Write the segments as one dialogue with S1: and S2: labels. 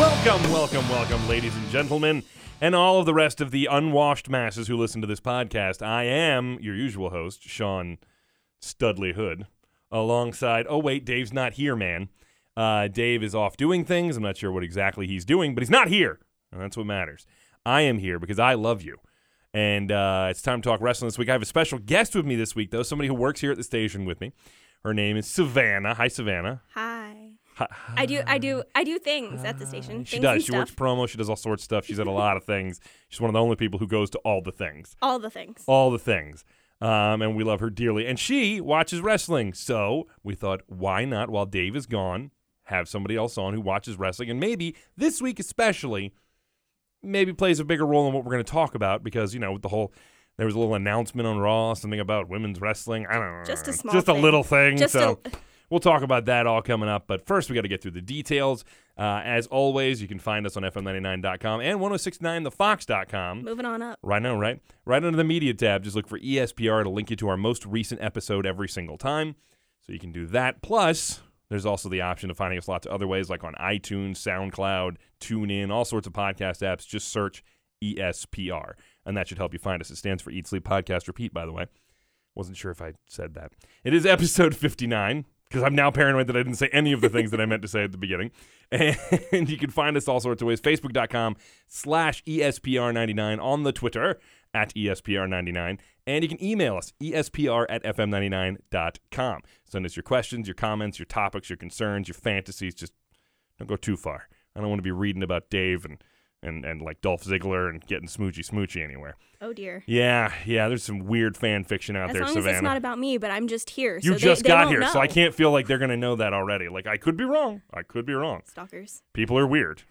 S1: Welcome, welcome, welcome, ladies and gentlemen, and all of the rest of the unwashed masses who listen to this podcast. I am your usual host, Sean Studley Hood, alongside. Oh, wait, Dave's not here, man. Uh, Dave is off doing things. I'm not sure what exactly he's doing, but he's not here. And that's what matters. I am here because I love you. And uh, it's time to talk wrestling this week. I have a special guest with me this week, though, somebody who works here at the station with me. Her name is Savannah. Hi, Savannah.
S2: Hi. I do I do I do things at the station.
S1: She
S2: things
S1: does.
S2: and
S1: She
S2: stuff.
S1: works promo. She does all sorts of stuff. She's at a lot of things. She's one of the only people who goes to all the things.
S2: all the things.
S1: All the things. Um, and we love her dearly. And she watches wrestling. So we thought, why not, while Dave is gone, have somebody else on who watches wrestling? And maybe this week, especially, maybe plays a bigger role in what we're going to talk about because, you know, with the whole. There was a little announcement on Raw, something about women's wrestling. I don't know.
S2: Just a small
S1: just a
S2: thing.
S1: little thing.
S2: Just
S1: so
S2: a-
S1: We'll talk about that all coming up, but first we got to get through the details. Uh, as always, you can find us on FM99.com and 1069thefox.com.
S2: Moving on up.
S1: Right now, right? Right under the media tab, just look for E ESPR to link you to our most recent episode every single time. So you can do that. Plus, there's also the option of finding us lots of other ways, like on iTunes, SoundCloud, TuneIn, all sorts of podcast apps. Just search E ESPR, and that should help you find us. It stands for Eat, Sleep, Podcast, Repeat, by the way. Wasn't sure if I said that. It is episode 59, because I'm now paranoid that I didn't say any of the things that I meant to say at the beginning. And you can find us all sorts of ways. Facebook.com slash E ESPR99 on the Twitter at E ESPR99. And you can email us, E ESPR at FM99.com. Send us your questions, your comments, your topics, your concerns, your fantasies. Just don't go too far. I don't want to be reading about Dave and, and, and like Dolph Ziggler and getting smoochy smoochy anywhere.
S2: Oh dear.
S1: Yeah, yeah. There's some weird fan fiction out
S2: As
S1: there,
S2: long
S1: Savannah.
S2: as it's not about me, but I'm just here.
S1: you
S2: so they-
S1: just
S2: they
S1: got
S2: won't
S1: here,
S2: know.
S1: so I can't feel like they're gonna know that already. Like I could be wrong. I could be wrong.
S2: Stalkers.
S1: People are weird.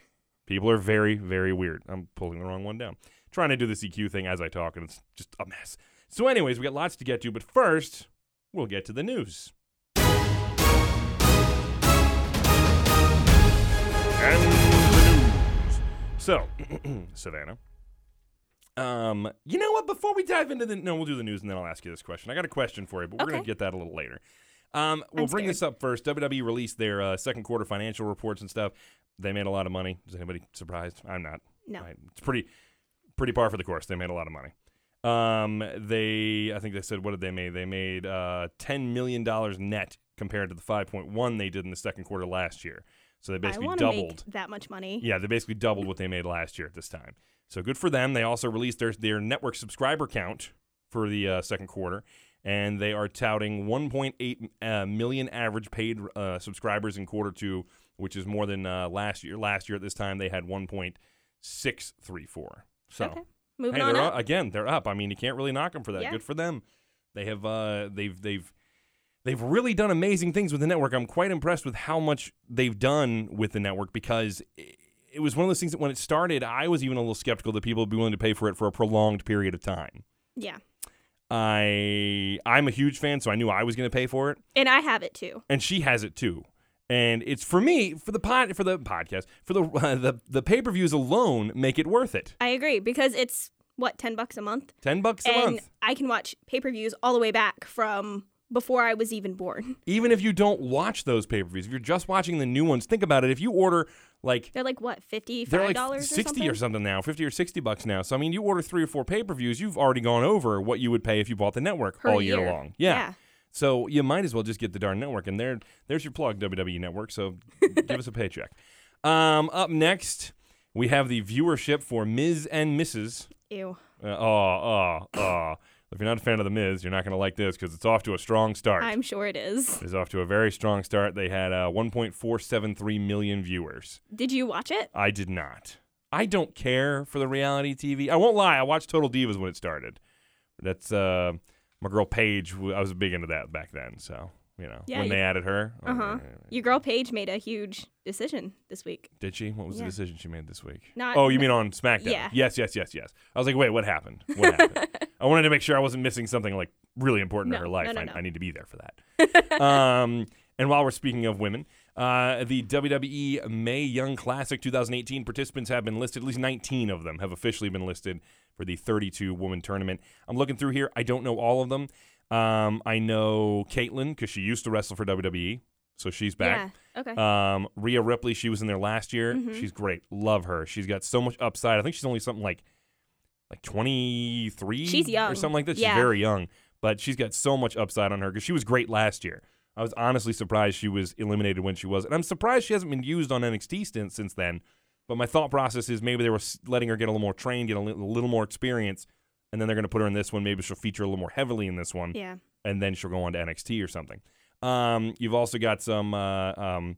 S1: People are very, very weird. I'm pulling the wrong one down. Trying to do the CQ thing as I talk, and it's just a mess. So, anyways, we got lots to get to, but first, we'll get to the news. And the news. So, Savannah. Um, you know what? Before we dive into the no, we'll do the news and then I'll ask you this question. I got a question for you, but we're gonna
S2: Okay.
S1: get that a little later. Um, we'll
S2: I'm
S1: bring this up first. WWE released their uh, second quarter financial reports and stuff. They made a lot of money. Is anybody surprised? I'm not.
S2: No.
S1: I- it's pretty, pretty par for the course. They made a lot of money. Um, they, I think they said, what did they make? They made uh, ten million dollars net compared to the five point one they did in the second quarter last year. So they
S2: I
S1: basically
S2: want to
S1: doubled.
S2: make that much money.
S1: Yeah, they basically doubled what they made last year at this time. So good for them. They also released their their network subscriber count for the uh, second quarter, and they are touting 1.8 uh, million average paid uh, subscribers in quarter two, which is more than uh, last year. Last year at this time they had 1.634. So
S2: Okay.
S1: hey,
S2: Moving on
S1: they're
S2: up.
S1: up. again. They're up. I mean, you can't really knock them for that.
S2: Yeah.
S1: Good for them. They have uh, they've they've they've really done amazing things with the network. I'm quite impressed with how much they've done with the network because it, it was one of those things that when it started, I was even a little skeptical that people would be willing to pay for it for a prolonged period of time.
S2: Yeah.
S1: I I'm a huge fan, so I knew I was going to pay for it
S2: And I have it too.
S1: and she has it too. And it's for me for the pod for the podcast for the uh, the the pay per views alone make it worth it.
S2: I agree because it's what 10 bucks a month
S1: Ten bucks a
S2: and
S1: month.
S2: I can watch pay-per-views all the way back from before I was even born.
S1: even if you don't watch those pay per views, if you're just watching the new ones, think about it. If you order like
S2: They're like what, 55
S1: they're like
S2: dollars
S1: sixty or something now, fifty or sixty bucks now. So I mean, you order three or four pay per views, you've already gone over what you would pay if you bought the network
S2: Per
S1: all year,
S2: year.
S1: long. Yeah.
S2: Yeah.
S1: So you might as well just get the darn network, and there, there's your plug, WWE Network. So give us a paycheck. Um, up next, we have the viewership for Ms. and Mrs.
S2: Ew.
S1: Uh, oh, oh, oh. If you're not a fan of the Miz, you're not going to like this because it's off to a strong start
S2: I'm sure it is.
S1: is off to a very strong start. They had uh, 1.473 million viewers.
S2: Did you watch it?
S1: I did not. I don't care for the reality TV. I won't lie. I watched Total Divas when it started. That's uh, my girl Paige. w- I was big into that back then. So you know
S2: Yeah,
S1: when
S2: you-
S1: they added her. oh,
S2: Uh-huh. Your girl Paige made a huge decision this week.
S1: Did she? What was
S2: Yeah.
S1: the decision she made this week?
S2: Not-
S1: oh, you mean on SmackDown?
S2: Yeah.
S1: Yes, yes, yes, yes. I was like, wait, what happened? What happened? I wanted to make sure I wasn't missing something like really important in
S2: No,
S1: her life.
S2: no, no,
S1: I,
S2: no.
S1: I need to be there for that. um, and while we're speaking of women, uh, the WWE May Young Classic 2018 participants have been listed. At least 19 of them have officially been listed for the 32 woman tournament. I'm looking through here. I don't know all of them. Um, I know Caitlyn because she used to wrestle for WWE, so she's back.
S2: Yeah. Okay.
S1: Um, Rhea Ripley, she was in there last year.
S2: Mhm.
S1: She's great. Love her. She's got so much upside. I think she's only something like like 23
S2: She's
S1: or
S2: young.
S1: something like that.
S2: Yeah.
S1: She's very young, but she's got so much upside on her cuz she was great last year. I was honestly surprised she was eliminated when she was. And I'm surprised she hasn't been used on NXT since since then. But my thought process is maybe they were s- letting her get a little more trained, get a li- a little more experience, and then they're going to put her in this one. Maybe she'll feature a little more heavily in this one
S2: yeah.
S1: and then she'll go on to NXT or something. Um, you've also got some uh, um,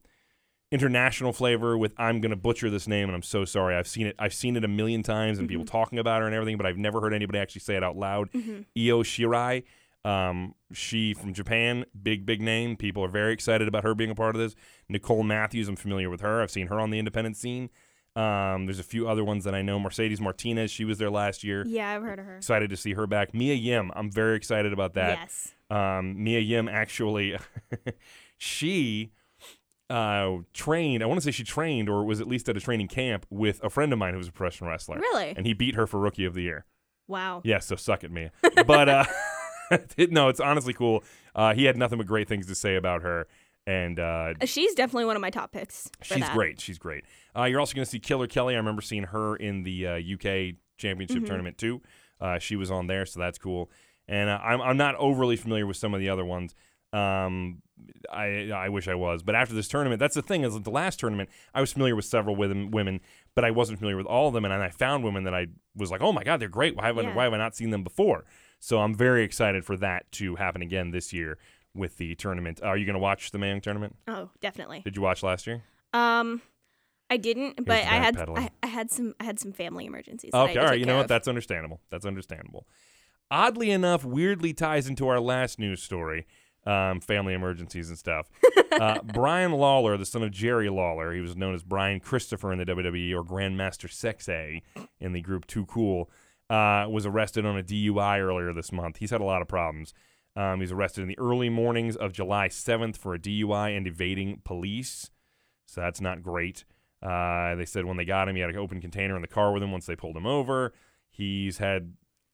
S1: international flavor with I'm gonna butcher this name, and I'm so sorry. I've seen it. I've seen it a million times, and people talking about her and everything, but I've never heard anybody actually say it out loud. Io Shirai, um, she from Japan, big big name. People are very excited about her being a part of this. Nicole Matthews, I'm familiar with her. I've seen her on the independent scene. Um, there's a few other ones that I know. Mercedes Martinez, she was there last year.
S2: Yeah, I've heard of her.
S1: Excited to see her back. Mia Yim, I'm very excited about that.
S2: Yes.
S1: Um, Mia Yim actually, she uh, trained. I want to say she trained, or was at least at a training camp with a friend of mine who was a professional wrestler.
S2: Really?
S1: And he beat her for Rookie of the Year.
S2: Wow.
S1: Yeah, so suck at me. But uh, no, it's honestly cool. Uh, he had nothing but great things to say about her, and uh,
S2: Uh, She's definitely one of my top picks. For
S1: she's
S2: that.
S1: great. She's great. Uh, you're also going to see Killer Kelly. I remember seeing her in the uh, UK Championship
S2: Mm-hmm.
S1: tournament too. Uh, she was on there, so that's cool. And uh, I'm I'm not overly familiar with some of the other ones. Um, I I wish I was, but after this tournament, that's the thing is that the last tournament I was familiar with several women, women, but I wasn't familiar with all of them, and I found women that I was like, oh my god, they're great. Why haven't
S2: Yeah.
S1: why have I not seen them before? So I'm very excited for that to happen again this year with the tournament. Uh, are you going to watch the Mayang tournament?
S2: Oh, definitely.
S1: Did you watch last year?
S2: Um, I didn't, but I had
S1: backpedaling.
S2: I, I had some I had some family emergencies. that I had
S1: Okay,
S2: to
S1: all right.
S2: take
S1: You
S2: care
S1: know what?
S2: of.
S1: That's understandable. That's understandable. Oddly enough, weirdly ties into our last news story, um, family emergencies and stuff. uh, Brian Lawler, the son of Jerry Lawler, he was known as Brian Christopher in the WWE or Grandmaster Sexay in the group Too Cool, uh, was arrested on a DUI earlier this month. He's had a lot of problems. Um, he's arrested in the early mornings of July 7th for a DUI and evading police. So that's not great. Uh, they said when they got him, he had an open container in the car with him once they pulled him over. He's had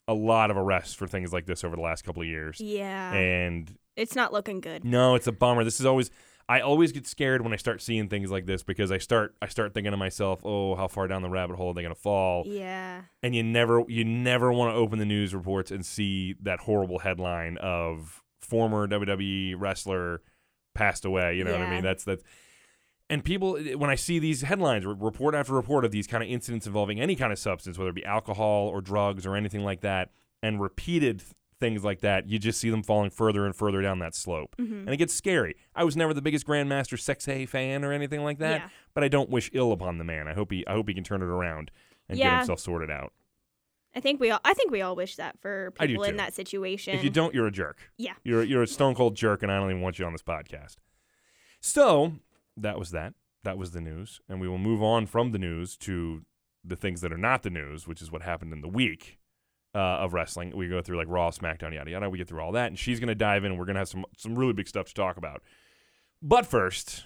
S1: a lot of arrests for things like this over the last couple of years.
S2: yeah.
S1: And
S2: it's not looking good.
S1: no, it's a bummer. This is always I always get scared when I start seeing things like this because I start I start thinking to myself, "Oh, how far down the rabbit hole are they going to fall?"
S2: Yeah.
S1: And you never you never want to open the news reports and see that horrible headline of former WWE wrestler passed away, you know what I
S2: Yeah.
S1: mean? That's that's and people eh, when i see these headlines re- report after report of these kind of incidents involving any kind of substance whether it be alcohol or drugs or anything like that and repeated th- things like that you just see them falling further and further down that slope
S2: Mm-hmm.
S1: and it gets scary i was never the biggest grandmaster sexay fan or anything like that
S2: Yeah.
S1: but i don't wish ill upon the man i hope he i hope he can turn it around and get
S2: Yeah.
S1: himself sorted out
S2: I think we all I think we all wish that for
S1: I do
S2: people in
S1: too.
S2: that situation.
S1: If you don't, you're a jerk.
S2: Yeah.
S1: You're you're a stone cold jerk, and I don't even want you on this podcast. So that was that. That was the news, and we will move on from the news to the things that are not the news, which is what happened in the week uh, of wrestling. We go through like Raw, SmackDown, yada yada. We get through all that, and she's gonna dive in. and We're gonna have some some really big stuff to talk about. But first,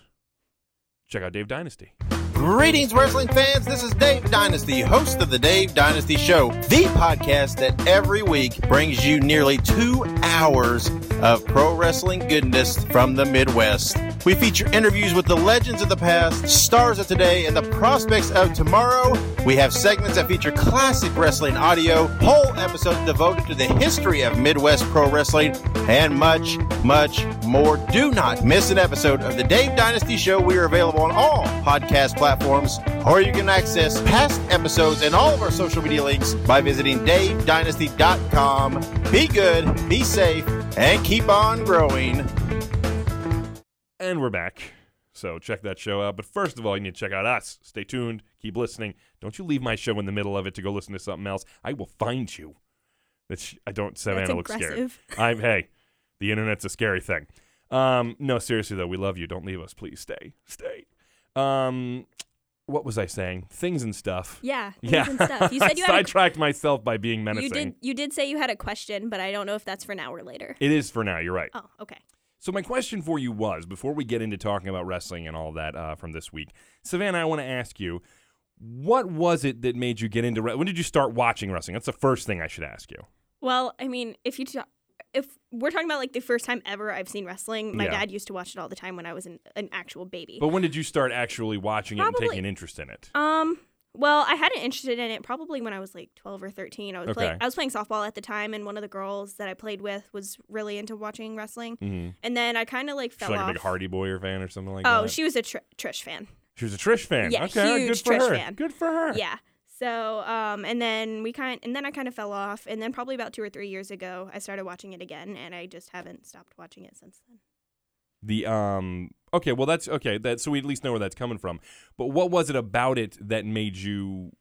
S1: check out Dave Dynasty.
S3: Greetings, wrestling fans. This is Dave Dynasty, host of the Dave Dynasty Show, the podcast that every week brings you nearly two hours of pro wrestling goodness from the Midwest. We feature interviews with the legends of the past, stars of today, and the prospects of tomorrow. We have segments that feature classic wrestling audio, whole episodes devoted to the history of Midwest pro wrestling, and much, much more. Do not miss an episode of the Dave Dynasty Show. We are available on all podcast platforms, or you can access past episodes and all of our social media links by visiting davedynasty.com. Be good, be safe, and keep on growing.
S1: And we're back. So check that show out. But first of all, you need to check out us. Stay tuned. Keep listening. Don't you leave my show in the middle of it to go listen to something else. I will find you. That's, I don't. Savannah looks scared.
S2: aggressive.
S1: I'm. Hey, the internet's a scary thing. Um, no, seriously though, we love you. Don't leave us. Please stay. Stay. Um, what was I saying? Things and stuff.
S2: yeah. things
S1: Yeah.
S2: And stuff. You said you
S1: I
S2: had
S1: sidetracked myself by being
S2: a, you
S1: menacing.
S2: did you did say you had a question, but I don't know if that's for now or later.
S1: It is for now. You're right.
S2: Oh, okay.
S1: So my question for you was, before we get into talking about wrestling and all that uh, from this week, Savannah, I want to ask you, what was it that made you get into? Re- when did you start watching wrestling? That's the first thing I should ask you.
S2: Well, I mean, if you talk, if we're talking about like the first time ever I've seen wrestling, my
S1: Yeah.
S2: dad used to watch it all the time when I was an, an actual baby.
S1: But when did you start actually watching it and
S2: Probably-
S1: taking an interest in it?
S2: Um. Well, I had an interest in it probably when I was like twelve or thirteen. I was
S1: Okay.
S2: playing I was playing softball at the time, and one of the girls that I played with was really into watching wrestling.
S1: Mm-hmm.
S2: And then I kind of like
S1: She's
S2: fell
S1: like
S2: off.
S1: a big Hardy Boy or fan or something like that.
S2: oh, she was a tr- Trish fan.
S1: She was a Trish fan.
S2: Yeah,
S1: okay, good
S2: huge
S1: for
S2: Trish
S1: her.
S2: fan.
S1: Good for her.
S2: Yeah. So, um, and then we kind and then I kind of fell off, and then probably about two or three years ago, I started watching it again, and I just haven't stopped watching it since then.
S1: The um. Okay, well that's okay. That so we at least know where that's coming from. But what was it about it that made you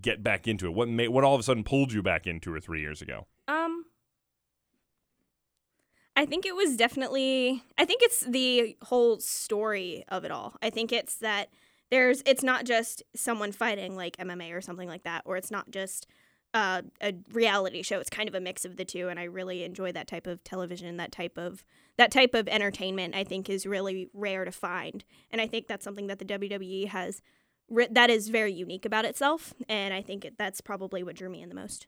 S1: get back into it? What made what all of a sudden pulled you back in two or three years ago?
S2: Um, I think it was definitely. I think it's the whole story of it all. I think it's that there's. It's not just someone fighting like MMA or something like that, or it's not just uh, a reality show. It's kind of a mix of the two, and I really enjoy that type of television. That type of that type of entertainment, I think, is really rare to find, and I think that's something that the WWE has. ri- That is very unique about itself, and I think it, that's probably what drew me in the most.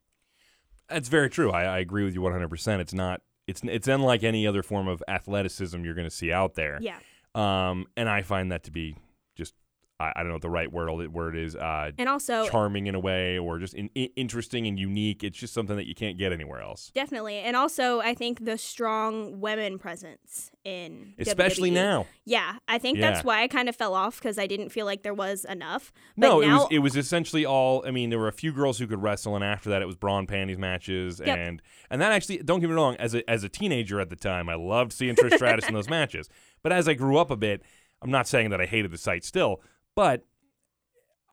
S1: That's very true. I, I agree with you 100%. It's not it's it's unlike any other form of athleticism you're going to see out there.
S2: Yeah.
S1: Um and I find that to be just I, I don't know what the right word word is uh
S2: And also,
S1: charming in a way or just in, i interesting and unique. It's just something that you can't get anywhere else.
S2: definitely. And also, I think the strong women presence in.
S1: Especially
S2: WWE.
S1: now.
S2: Yeah. I think
S1: Yeah.
S2: that's why I kind of fell off because I didn't feel like there was enough. But
S1: No,
S2: now,
S1: it was it was essentially all. I mean, there were a few girls who could wrestle, and after that, it was brawn panties matches,
S2: Yep.
S1: and and that actually don't get me wrong. As a as a teenager at the time, I loved seeing Trish Stratus in those matches. But as I grew up a bit, I'm not saying that I hated the site still, but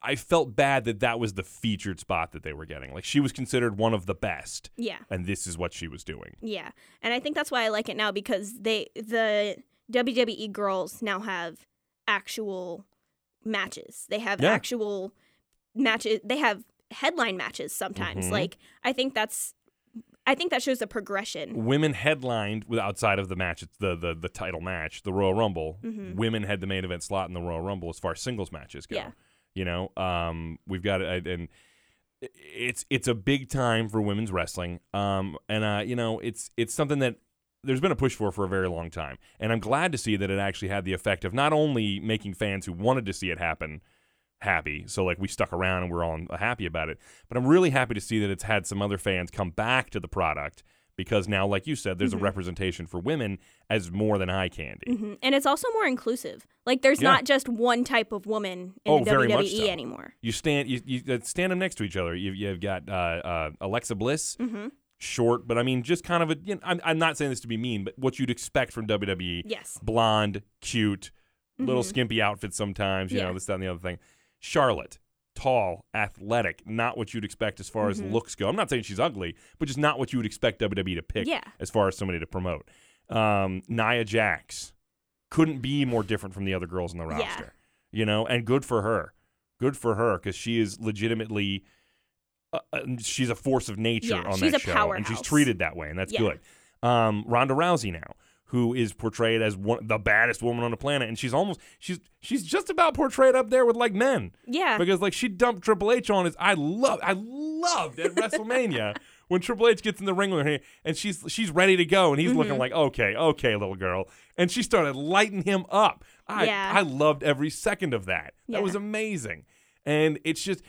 S1: I felt bad that that was the featured spot that they were getting. Like she was considered one of the best,
S2: yeah.
S1: and this is what she was doing.
S2: Yeah. And I think that's why I like it now because they, the WWE girls now have actual matches. They have
S1: Yeah.
S2: actual matches. They have headline matches sometimes.
S1: Mhm.
S2: Like, I think that's. I think that shows the progression.
S1: Women headlined with outside of the match, it's the the the title match, the Royal Rumble.
S2: Mhm.
S1: Women had the main event slot in the Royal Rumble as far as singles matches go.
S2: Yeah.
S1: You know, um, we've got it, and it's it's a big time for women's wrestling. Um, and uh, you know, it's it's something that there's been a push for for a very long time, and I'm glad to see that it actually had the effect of not only making fans who wanted to see it happen happy. So like we stuck around and we're all happy about it. But I'm really happy to see that it's had some other fans come back to the product because now, like you said, there's a representation for women as more than eye candy.
S2: hmm And it's also more inclusive. Like there's
S1: Yeah.
S2: not just one type of woman in
S1: Oh,
S2: the
S1: very
S2: WWE
S1: much so.
S2: anymore.
S1: You stand you, you uh, stand them next to each other. You, you've got uh, uh, Alexa Bliss, short, but I mean just kind of a. You know, I'm, I'm not saying this to be mean, but what you'd expect from E WWE.
S2: Yes. Mm-hmm.
S1: blonde, cute, little skimpy outfit sometimes, you know,
S2: Yeah.
S1: this, that, and the other thing. Charlotte, tall, athletic, not what you'd expect as far
S2: Mm-hmm.
S1: as looks go. I'm not saying she's ugly, but just not what you would expect WWE to pick
S2: Yeah.
S1: as far as somebody to promote. Um, Nia Jax couldn't be more different from the other girls on the
S2: Yeah.
S1: roster, you know, and good for her. Good for her because she is legitimately. Uh, uh, she's a force of nature
S2: Yeah,
S1: on
S2: she's
S1: that
S2: a
S1: show, and she's
S2: powerhouse.
S1: treated that way, and that's
S2: Yeah.
S1: good. Um, Ronda Rousey now, who is portrayed as one the baddest woman on the planet, and she's almost she's she's just about portrayed up there with like men
S2: Yeah.
S1: because like she dumped Triple H on his. I love I loved at WrestleMania when Triple H gets in the ring with her and she's she's ready to go and he's
S2: Mm-hmm.
S1: looking like okay okay little girl and she started lighting him up. I
S2: Yeah.
S1: I loved every second of that. That
S2: Yeah.
S1: was amazing, and it's just.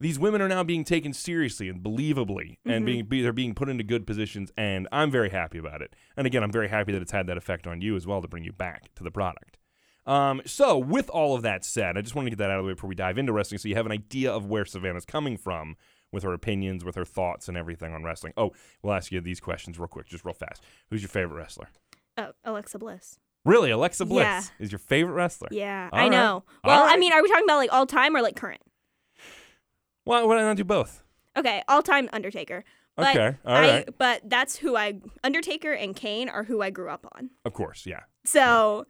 S1: These women are now being taken seriously and believably, and being be, they're being put into good positions, and I'm very happy about it. And again, I'm very happy that it's had that effect on you as well to bring you back to the product. Um, so, with all of that said, I just want to get that out of the way before we dive into wrestling so you have an idea of where Savannah's coming from with her opinions, with her thoughts, and everything on wrestling. Oh, we'll ask you these questions real quick, just real fast. Who's your favorite wrestler?
S2: Oh, Alexa Bliss.
S1: Really, Alexa Bliss
S2: Yeah.
S1: is your favorite wrestler?
S2: Yeah.
S1: All
S2: I
S1: right.
S2: know.
S1: All
S2: Well, I
S1: right.
S2: mean, are we talking about like all time or like current?
S1: Why would I not do both?
S2: Okay, all time Undertaker. But
S1: Okay, all
S2: I,
S1: right.
S2: But that's who I Undertaker and Kane are who I grew up on.
S1: Of course, yeah.
S2: So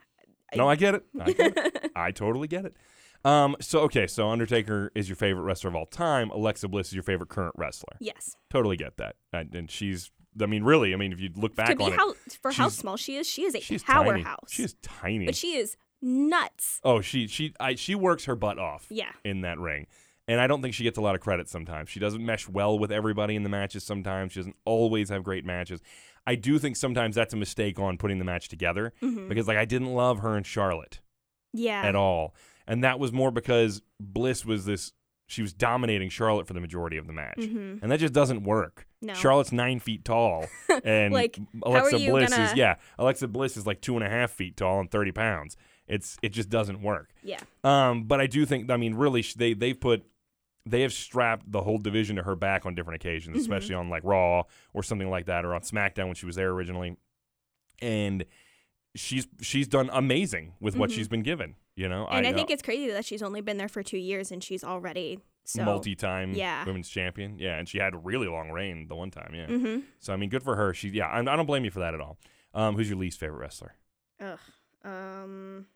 S1: No, I get it. I, get it. I totally get it. Um, so, okay, so Undertaker is your favorite wrestler of all time. Alexa Bliss is your favorite current wrestler.
S2: yes,
S1: Totally get that. And, and she's, I mean, really, I mean, if you look back
S2: to be
S1: on
S2: how
S1: it,
S2: for how
S1: she's-
S2: small she is, she is a
S1: she's
S2: powerhouse.
S1: tiny. She's tiny.
S2: but she is nuts.
S1: Oh, she she I, she works her butt off.
S2: Yeah.
S1: In that ring, and I don't think she gets a lot of credit. Sometimes she doesn't mesh well with everybody in the matches. Sometimes she doesn't always have great matches. I do think sometimes that's a mistake on putting the match together because like I didn't love her and Charlotte
S2: Mm-hmm. yeah.
S1: at all. And that was more because Bliss was this she was dominating Charlotte for the majority of the match.
S2: Mhm.
S1: And that just doesn't work.
S2: No.
S1: Charlotte's nine feet tall and
S2: Like,
S1: Alexa
S2: how are you
S1: Bliss
S2: gonna-
S1: is yeah. Alexa Bliss is like two and a half feet tall and thirty pounds. It's it just doesn't work.
S2: Yeah.
S1: Um, but I do think I mean really sh- they they've put they have strapped the whole division to her back on different
S2: Mm-hmm.
S1: occasions, especially on like Raw or something like that, or on SmackDown when she was there originally, and she's she's done amazing with what she's been given. You know,
S2: Mm-hmm.
S1: uh,
S2: And I, think it's crazy that she's only been there for two years and she's already so
S1: multi-time
S2: Yeah.
S1: women's champion. Yeah, and she had a really long reign the one time. Yeah,
S2: hmm
S1: so I mean, good for her. She yeah, I, I don't blame you for that at all. Um, who's your least favorite wrestler?
S2: Ugh. Um.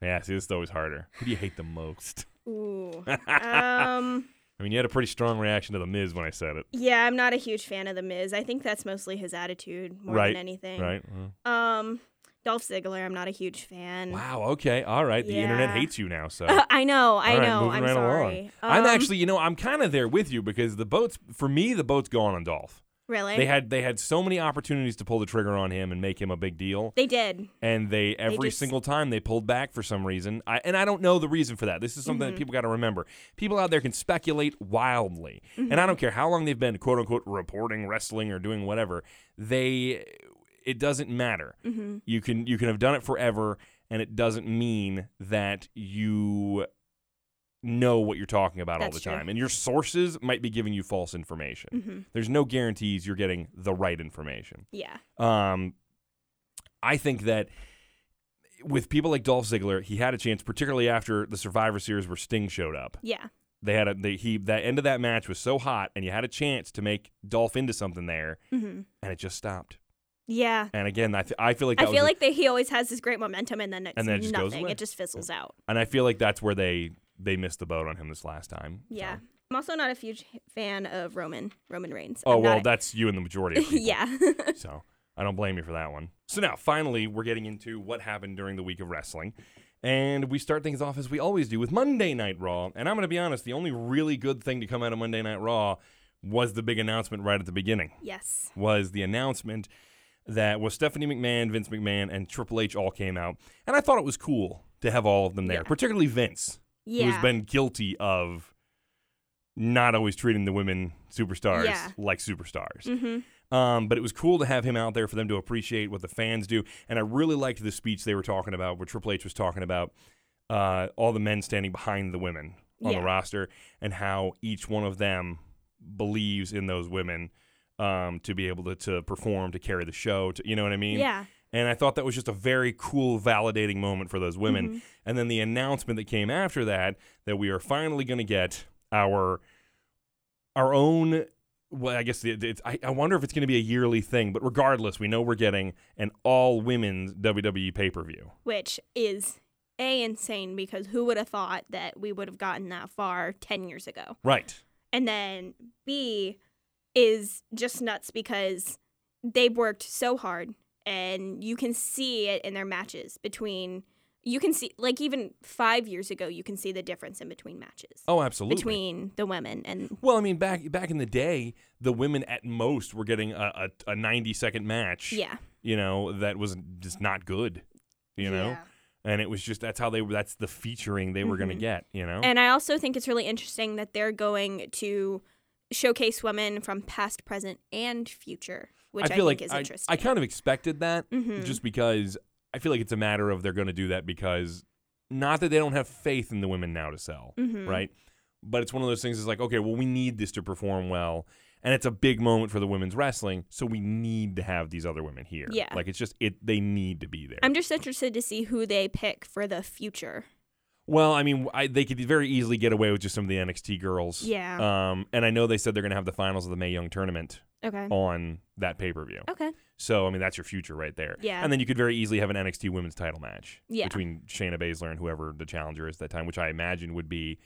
S1: Yeah, see, this is always harder. Who do you hate the most?
S2: Ooh. um.
S1: I mean, you had a pretty strong reaction to the Miz when I said it,
S2: Yeah, I'm not a huge fan of the Miz. I think that's mostly his attitude more
S1: Right,
S2: than anything.
S1: right? Well,
S2: Um. Dolph Ziggler, I'm not a huge fan.
S1: Wow. Okay. All right. The internet
S2: Mm. Yeah.
S1: hates you now. So.
S2: I know. I
S1: All right,
S2: know.
S1: moving
S2: I'm
S1: right along.
S2: sorry.
S1: I'm
S2: Um,
S1: actually, you know, I'm kind of there with you because the boat's for me, the boat's gone on Dolph.
S2: really.
S1: They had they had so many opportunities to pull the trigger on him and make him a big deal,
S2: They did.
S1: and they every
S2: just-
S1: single time they pulled back for some reason. I, and I don't know the reason for that. This is
S2: Mm-hmm.
S1: something that people got to remember. People out there can speculate wildly,
S2: Mm-hmm.
S1: and I don't care how long they've been quote unquote reporting wrestling or doing whatever. They it doesn't matter.
S2: Mm-hmm,
S1: You can you can have done it forever, and it doesn't mean that you know what you're talking about all
S2: That's
S1: the
S2: true. Mm.
S1: time. And your sources might be giving you false information. There's no guarantees you're getting the right information.
S2: mm-hmm. Yeah.
S1: Um, I think that with people like Dolph Ziggler, he had a chance, particularly after the Survivor Series where Sting showed up.
S2: Yeah.
S1: They had a they, he that end of that match was so hot, and you had a chance to make Dolph into something there,
S2: hmm
S1: and it just stopped.
S2: Yeah.
S1: And again, I, th- I feel like that
S2: I
S1: was
S2: feel like that he always has this great momentum and then it's
S1: And then it just goes
S2: nothing.
S1: away.
S2: It just fizzles out.
S1: and I feel like that's where they they missed the boat on him this last time. so.
S2: Yeah. I'm also not a huge fan of Roman Roman Reigns.
S1: Oh
S2: I'm
S1: well,
S2: not-
S1: that's you and the majority of people.
S2: yeah.
S1: So I don't blame you for that one. So now, finally, we're getting into what happened during the week of wrestling. And we start things off as we always do with Monday Night Raw. And I'm going to be honest, the only really good thing to come out of Monday Night Raw was the big announcement right at the beginning,
S2: yes.
S1: was the announcement that was Stephanie McMahon, Vince McMahon, and Triple H all came out. And I thought it was cool to have all of them there, particularly Vince,
S2: Yeah.
S1: who's been guilty of not always treating the women superstars
S2: Yeah.
S1: like superstars.
S2: hmm
S1: Um, but it was cool to have him out there for them to appreciate what the fans do. And I really liked the speech they were talking about, where Triple H was talking about uh, all the men standing behind the women on
S2: Yeah.
S1: the roster and how each one of them believes in those women um, to be able to, to perform, to carry the show. To, you know what I mean?
S2: Yeah.
S1: And I thought that was just a very cool, validating moment for those women.
S2: Mm-hmm.
S1: And then the announcement that came after that that we are finally going to get our our own. Well, I guess the- the- it's, I, I wonder if it's going to be a yearly thing, but regardless, we know we're getting an all women's E WWE pay per view.
S2: Which is a insane because who would have thought that we would have gotten that far 10 years ago?
S1: Right.
S2: And then B is just nuts because they've worked so hard and you can see it in their matches between you can see like even 5 years ago you can see the difference in between matches
S1: Oh, absolutely.
S2: between the women and
S1: well, I mean, back back in the day, the women at most were getting a, a, a 90 second match.
S2: yeah
S1: You know, that was just not good. You know? and it was just that's how they that's the featuring they were going to get you know
S2: Mm-hmm. And I also think it's really interesting that they're going to showcase women from past, present and future, which I,
S1: feel
S2: think
S1: like
S2: is
S1: I,
S2: interesting.
S1: I kind of expected that
S2: Mhm.
S1: just because i feel like it's a matter of they're going to do that because not that they don't have faith in the women now to sell
S2: Mhm.
S1: right but it's one of those things is like okay well we need this to perform well and it's a big moment for the women's wrestling so we need to have these other women here
S2: Yeah.
S1: like it's just it they need to be there
S2: I'm just interested to see who they pick for the future.
S1: Well, I mean, I, they could very easily get away with just some of the NXT girls.
S2: Yeah.
S1: Um, and I know they said they're going to have the finals of the May Young tournament
S2: Okay.
S1: on that pay per view.
S2: Okay.
S1: So, I mean, that's your future right there.
S2: Yeah.
S1: And then you could very easily have an NXT women's title match
S2: Yeah.
S1: between Shayna Baszler and whoever the challenger is at that time, which I imagine would be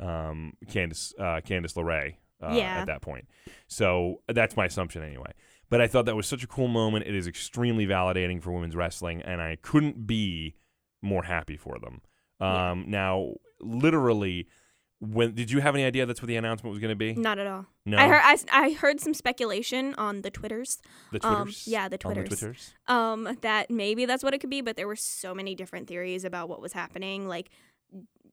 S1: um, Candice, uh, Candice LeRae uh,
S2: Yeah.
S1: at that point. So that's my assumption anyway. But I thought that was such a cool moment. It is extremely validating for women's wrestling, and I couldn't be more happy for them. Um, Now, literally, When did you have any idea that's what the announcement was going to be?
S2: Not at all.
S1: No,
S2: I heard I, s- I heard some speculation on the twitters.
S1: the
S2: um,
S1: Twitters.
S2: yeah, the
S1: On
S2: Twitters.
S1: Twitters.
S2: um that maybe that's what it could be but there were so many different theories about what was happening like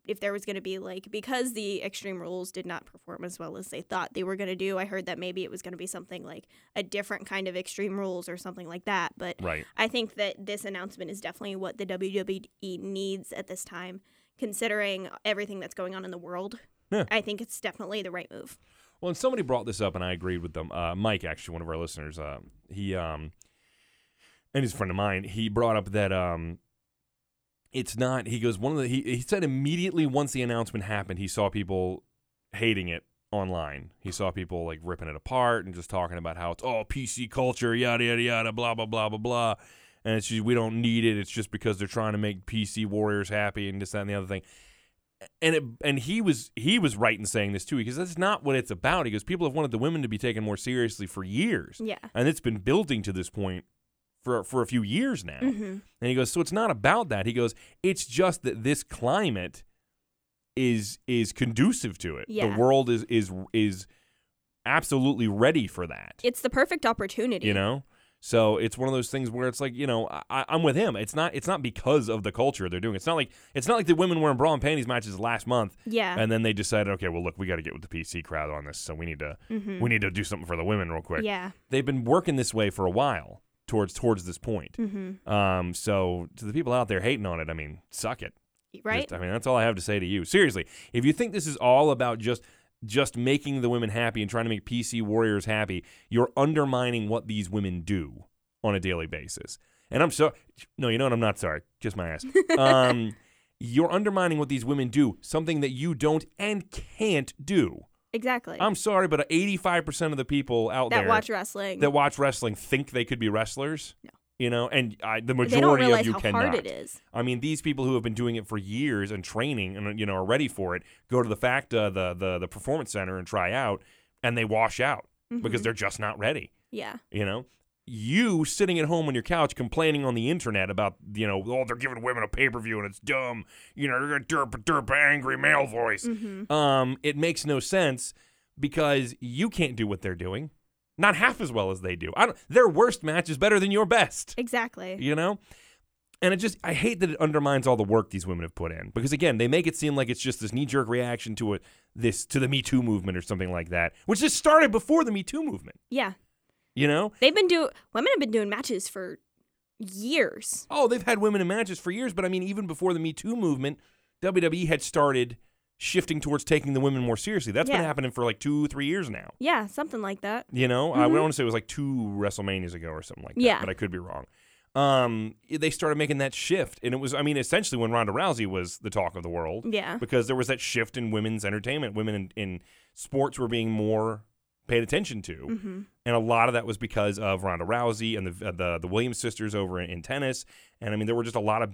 S2: if there was going to be like because the extreme rules did not perform as well as they thought they were going to do i heard that maybe it was going to be something like a different kind of extreme rules or something like that but
S1: Right.
S2: i think that this announcement is definitely what the wwe needs at this time considering everything that's going on in the world
S1: Yeah.
S2: i think it's definitely the right move
S1: Well, and somebody brought this up, and I agreed with them. Uh, Mike, actually, one of our listeners, uh, he um, and he's a friend of mine. He brought up that um, it's not. He goes one of the. He, he said immediately once the announcement happened, he saw people hating it online. He saw people like ripping it apart and just talking about how it's all PC culture, yada yada yada, blah blah blah blah blah. And it's just, we don't need it. It's just because they're trying to make PC warriors happy and this that and the other thing and it, and he was he was right in saying this too because that's not what it's about. He goes, people have wanted the women to be taken more seriously for years,
S2: yeah
S1: and it's been building to this point for for a few years now.
S2: hmm
S1: And he goes, so it's not about that. He goes, it's just that this climate is is conducive to it.
S2: Yeah.
S1: The world is is is absolutely ready for that.
S2: it's the perfect opportunity
S1: You know, so it's one of those things where it's like, you know, I- I, I'm with him. It's not it's not because of the culture they're doing. It's not like it's not like the women were in bra and panties matches last month,
S2: yeah
S1: and then they decided, okay, well, look, we got to get with the PC crowd on this, so we need to
S2: Mhm.
S1: we need to do something for the women real quick.
S2: yeah
S1: They've been working this way for a while towards towards this point.
S2: hmm
S1: Um, so to the people out there hating on it, I mean, suck it.
S2: right
S1: Just- I mean, that's all I have to say to you. Seriously, if you think this is all about just just making the women happy and trying to make PC warriors happy, you're undermining what these women do on a daily basis. And I'm so no, you know what? I'm not sorry. Just my ass. Um, you're undermining what these women do, something that you don't and can't do.
S2: Exactly.
S1: I'm sorry, but 85% of the people out
S2: that
S1: there
S2: watch wrestling.
S1: that watch wrestling think they could be wrestlers.
S2: No.
S1: You know, and I, the
S2: they don't
S1: majority
S2: realize
S1: of you
S2: how
S1: cannot.
S2: hard it is.
S1: I mean, these people who have been doing it for years and training and you know are ready for it go to the fact uh, the the the performance center and try out, and they wash out because
S2: Mhm.
S1: they're just not ready.
S2: yeah,
S1: You know, you sitting at home on your couch complaining on the internet about you know oh they're giving women a pay per view and it's dumb. You know, you're a derp derp angry male voice.
S2: hmm
S1: Um, it makes no sense because you can't do what they're doing, not half as well as they do. I don't, their worst match is better than your best
S2: exactly.
S1: you know and it just i hate that it undermines all the work these women have put in because again they make it seem like it's just this knee-jerk reaction to a this to the me too movement or something like that which just started before the me too movement
S2: Yeah,
S1: you know
S2: they've been do women have been doing matches for years.
S1: oh they've had women in matches for years but i mean even before the me too movement wwe had started shifting towards taking the women more seriously That's been
S2: Yeah.
S1: happening for like two three years now
S2: Yeah, something like that.
S1: You know, I would
S2: Mhm.
S1: want to say it was like two WrestleManias ago or something like that.
S2: Yeah.
S1: But I could be wrong. Um, they started making that shift, and it was, I mean, essentially when Ronda Rousey was the talk of the world
S2: Yeah,
S1: because there was that shift in women's entertainment. Women in, in sports were being more paid attention to,
S2: hmm
S1: and a lot of that was because of Ronda Rousey and the uh, the, the Williams sisters over in, in tennis. And I mean, there were just a lot of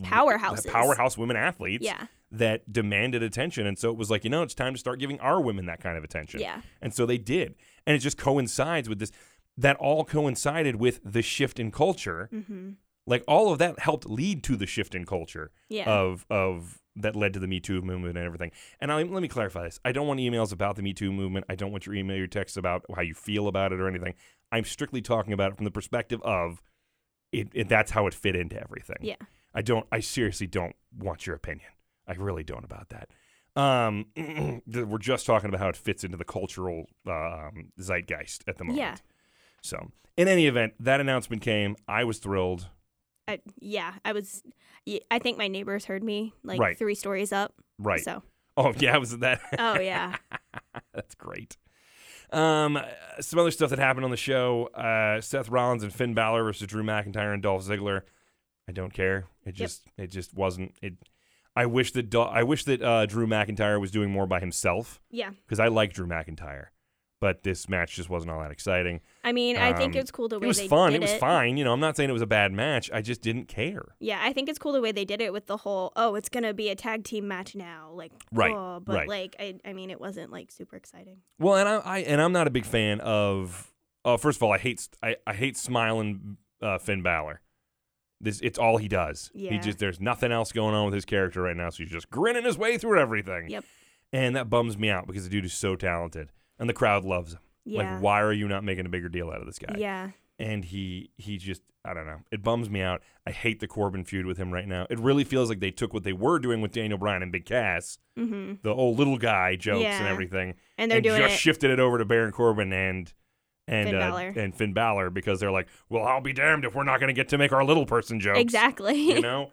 S2: Powerhouses.
S1: powerhouse women athletes
S2: yeah,
S1: that demanded attention, and so it was like, you know, it's time to start giving our women that kind of attention.
S2: yeah,
S1: And so they did. And it just coincides with this. That all coincided with the shift in culture.
S2: hmm
S1: Like all of that helped lead to the shift in culture
S2: yeah.
S1: of of that led to the Me Too movement and everything. And I, let me clarify this: I don't want emails about the Me Too movement. I don't want your email, your texts about how you feel about it or anything. I'm strictly talking about it from the perspective of it. it that's how it fit into everything.
S2: Yeah.
S1: I don't. I seriously don't want your opinion. I really don't about that. Um, th- we're just talking about how it fits into the cultural um, zeitgeist at the moment.
S2: Yeah.
S1: So, in any event, that announcement came. I was thrilled.
S2: I, yeah, I was. y- I think my neighbors heard me like
S1: Right.
S2: three stories up.
S1: Right.
S2: So,
S1: Oh yeah, was it that?
S2: oh yeah,
S1: That's great. Um, uh, some other stuff that happened on the show: uh, Seth Rollins and Finn Balor versus Drew McIntyre and Dolph Ziggler. I don't care. It just it just wasn't it. I wish that Dol- I wish that uh, Drew McIntyre was doing more by himself
S2: yeah.
S1: because I like Drew McIntyre, but this match just wasn't all that exciting.
S2: I mean, I think
S1: Um,
S2: it's cool the way
S1: It was
S2: they
S1: fun.
S2: Did
S1: It was fine. You know, I'm not saying it was a bad match. I just didn't care.
S2: Yeah, I think it's cool the way they did it with the whole oh, it's gonna be a tag team match now, like
S1: Right,
S2: oh, but
S1: right.
S2: like I, I mean, it wasn't like super exciting.
S1: Well, and I, I and I'm not a big fan of. Uh, first of all, I hate I, I hate smiling uh, Finn Balor. This it's all he does. He
S2: Yeah.
S1: just there's nothing else going on with his character right now, so he's just grinning his way through everything.
S2: Yep.
S1: And that bums me out because the dude is so talented and the crowd loves him.
S2: Yeah.
S1: Like, why are you not making a bigger deal out of this guy?
S2: Yeah.
S1: And he he just I don't know. It bums me out. I hate the Corbin feud with him right now. It really feels like they took what they were doing with Daniel Bryan and Big Cass,
S2: Mm-hmm.
S1: the old little guy jokes and
S2: Yeah.
S1: everything,
S2: And they're doing
S1: just
S2: it.
S1: shifted it over to Baron Corbin and and
S2: Finn
S1: uh,
S2: Balor.
S1: and Finn Balor because they're like, well, I'll be damned if we're not going to get to make our little person jokes.
S2: Exactly.
S1: You know.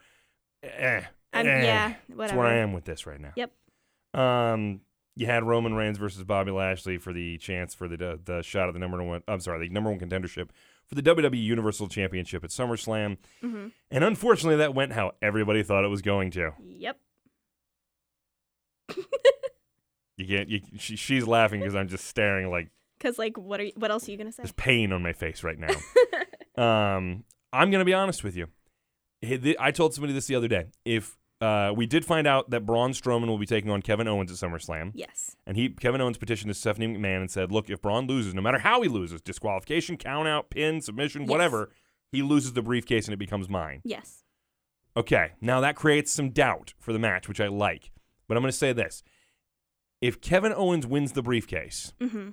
S1: eh,
S2: I'm,
S1: eh.
S2: yeah.
S1: That's
S2: Whatever.
S1: where I am with this right now.
S2: Yep.
S1: Um, you had Roman Reigns versus Bobby Lashley for the chance for the the shot at the number one. I'm sorry, the number one contendership for the WWE Universal Championship at SummerSlam,
S2: Mhm.
S1: and unfortunately, that went how everybody thought it was going to.
S2: Yep.
S1: You can't. You, she, she's laughing because I'm just staring like
S2: Because like, what are you, what else are you gonna say?
S1: there's pain on my face right now. um, I'm gonna be honest with you. Hey, th- I told somebody this the other day. If uh, we did find out that Braun Strowman will be taking on Kevin Owens at SummerSlam,
S2: Yes.
S1: And he, Kevin Owens, petitioned to Stephanie McMahon and said, "Look, if Braun loses, no matter how he loses, disqualification, count out, pin, submission,
S2: Yes.
S1: whatever, he loses the briefcase and it becomes mine."
S2: Yes.
S1: Okay, now that creates some doubt for the match, which I like. But I'm going to say this: if Kevin Owens wins the briefcase,
S2: hmm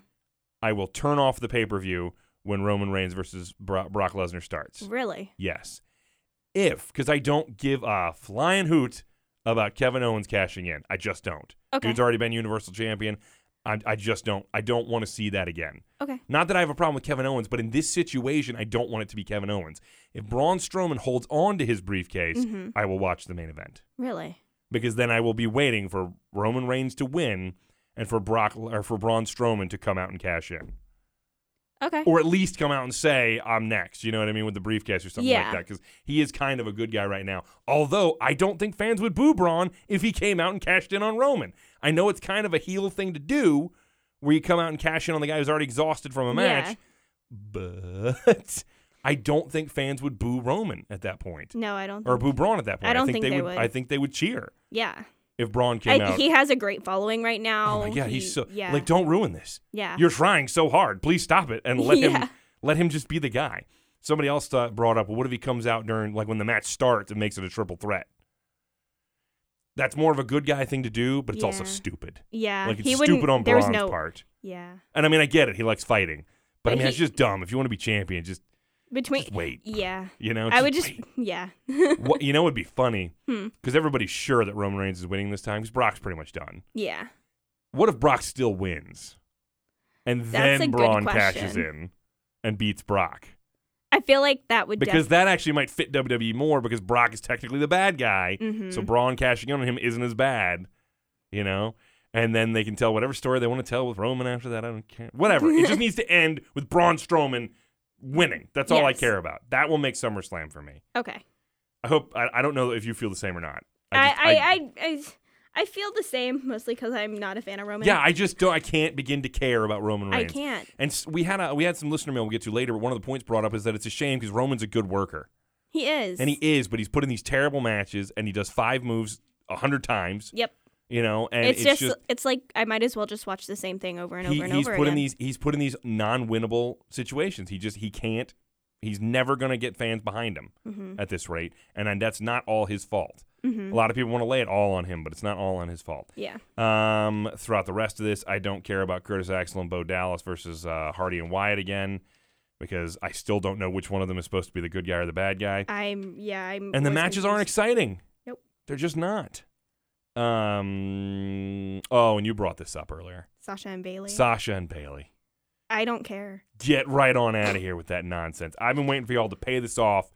S1: I will turn off the pay per view when Roman Reigns versus Bro- Brock Lesnar starts.
S2: Really.
S1: Yes, if because I don't give a flying hoot about Kevin Owens cashing in, I just don't.
S2: Okay.
S1: Dude's already been Universal Champion. I, I just don't. I don't want to see that again.
S2: Okay.
S1: Not that I have a problem with Kevin Owens, but in this situation, I don't want it to be Kevin Owens. If Braun Strowman holds on to his briefcase,
S2: Mhm.
S1: I will watch the main event
S2: Really.
S1: because then I will be waiting for Roman Reigns to win and for Brock or for Braun Strowman to come out and cash in,
S2: Okay.
S1: or at least come out and say I'm next. You know what I mean with the briefcase or something
S2: Yeah.
S1: like that because he is kind of a good guy right now. Although I don't think fans would boo Braun if he came out and cashed in on Roman. I know it's kind of a heel thing to do where you come out and cash in on the guy who's already exhausted from a match
S2: Yeah.
S1: but I don't think fans would boo Roman at that point
S2: No, I don't.
S1: or
S2: Think,
S1: boo Braun at that point.
S2: I don't
S1: think,
S2: think
S1: they,
S2: they
S1: would,
S2: would.
S1: I think they would cheer
S2: yeah.
S1: if Braun came
S2: I,
S1: out.
S2: he has a great following right now.
S1: oh my god,
S2: He-
S1: he's so
S2: yeah.
S1: like don't ruin this.
S2: yeah.
S1: You're trying so hard. Please stop it and let him
S2: Yeah.
S1: let him just be the guy. Somebody else thought, brought up, well, what if he comes out during like when the match starts and makes it a triple threat? That's more of a good guy thing to do, but it's also
S2: Yeah.
S1: stupid.
S2: yeah.
S1: like it's
S2: he wouldn't-
S1: stupid on
S2: there was
S1: Braun's
S2: no,
S1: part.
S2: Yeah.
S1: And I mean, I get it. He likes fighting, but, I
S2: But
S1: mean,
S2: he-
S1: it's just dumb. If you want to be champion, just
S2: Between.
S1: Just wait.
S2: Yeah.
S1: you know.
S2: I would just.
S1: wait.
S2: Yeah.
S1: what you know would be funny
S2: Hmm.
S1: because everybody's sure that Roman Reigns is winning this time because Brock's pretty much done.
S2: yeah.
S1: What if Brock still wins, and
S2: That's
S1: then
S2: a good
S1: Braun cashes
S2: question.
S1: in and beats Brock
S2: I feel like that would
S1: because that actually might fit WWE more because Brock is technically the bad guy,
S2: hmm
S1: so Braun cashing in on him isn't as bad, you know. And then they can tell whatever story they want to tell with Roman after that. I don't care. Whatever. it just needs to end with Braun Strowman winning. That's all I
S2: Yes.
S1: care about. That will make SummerSlam for me.
S2: okay.
S1: I hope. I, I don't know if you feel the same or not.
S2: I
S1: just-
S2: I, I, I, I feel the same mostly because I'm not a fan of Roman.
S1: Yeah, I just don't. I can't begin to care about Roman
S2: I
S1: Reigns.
S2: can't.
S1: And s- we had a we had some listener mail we'll get to later, but one of the points brought up is that it's a shame because Roman's a good worker,
S2: He is.
S1: and he is, but he's put in these terrible matches, and he does five moves a hundred times,
S2: Yep.
S1: you know, and
S2: It's,
S1: it's,
S2: just, It's like I might as well just watch the same thing over and
S1: he-
S2: over and
S1: he's
S2: over
S1: put in
S2: again.
S1: these he's put in these non-winnable situations. He just he can't. He's never going to get fans behind him
S2: Mhm.
S1: at this rate, and, and that's not all his fault.
S2: Mhm.
S1: A lot of people want to lay it all on him, but it's not all on his fault.
S2: Yeah.
S1: Um, throughout the rest of this, I don't care about Curtis Axel and Bo Dallas versus uh, Hardy and Wyatt again because I still don't know which one of them is supposed to be the good guy or the bad guy.
S2: I'm. Yeah. I'm.
S1: And the
S2: always
S1: matches aren't
S2: confused.
S1: exciting.
S2: Nope.
S1: They're just not. Um. Oh, and you brought this up earlier.
S2: Sasha and Bailey.
S1: Sasha and Bailey,
S2: I don't care.
S1: get right on out of here with that nonsense. I've been waiting for y'all to pay this off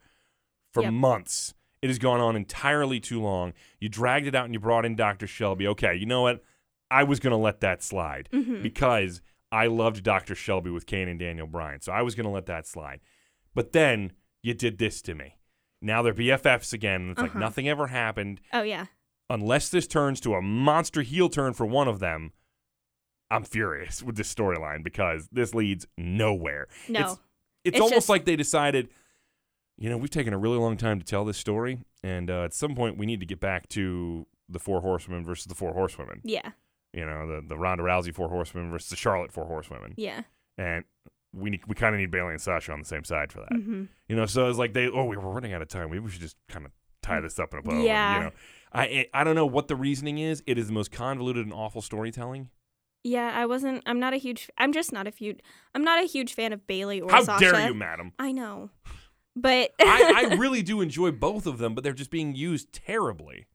S1: for
S2: Yep.
S1: months. It has gone on entirely too long. You dragged it out and you brought in Dr. Shelby. Okay, you know what? I was going to let that slide
S2: Mhm.
S1: because I loved Dr. Shelby with Kane and Daniel Bryan. So I was going to let that slide. But then you did this to me. Now they're BFFs again. And it's like
S2: Uh-huh.
S1: nothing ever happened.
S2: Oh yeah.
S1: Unless this turns to a monster heel turn for one of them, I'm furious with this storyline because this leads nowhere.
S2: No.
S1: It's, it's
S2: It's
S1: almost
S2: just-
S1: like they decided, you know, we've taken a really long time to tell this story. And uh, at some point, we need to get back to the Four Horsewomen versus the Four Horsewomen
S2: yeah.
S1: you know, the, the Ronda Rousey four horsewomen versus the Charlotte four horsewomen.
S2: Yeah.
S1: And we need, we kind of need Bailey and Sasha on the same side for that.
S2: hmm
S1: You know, so it's like they, oh, we were running out of time. Maybe we should just kind of tie this up in a bow. and,
S2: Mm. Yeah.
S1: you know, I I- I don't know what the reasoning is. It is the most convoluted and awful storytelling.
S2: Yeah, I wasn't. I'm not a huge. I'm just not a huge. I'm not a huge fan of Bailey or
S1: How
S2: Sasha.
S1: dare you, madam?
S2: I know, but
S1: I, I really do enjoy both of them, but they're just being used terribly.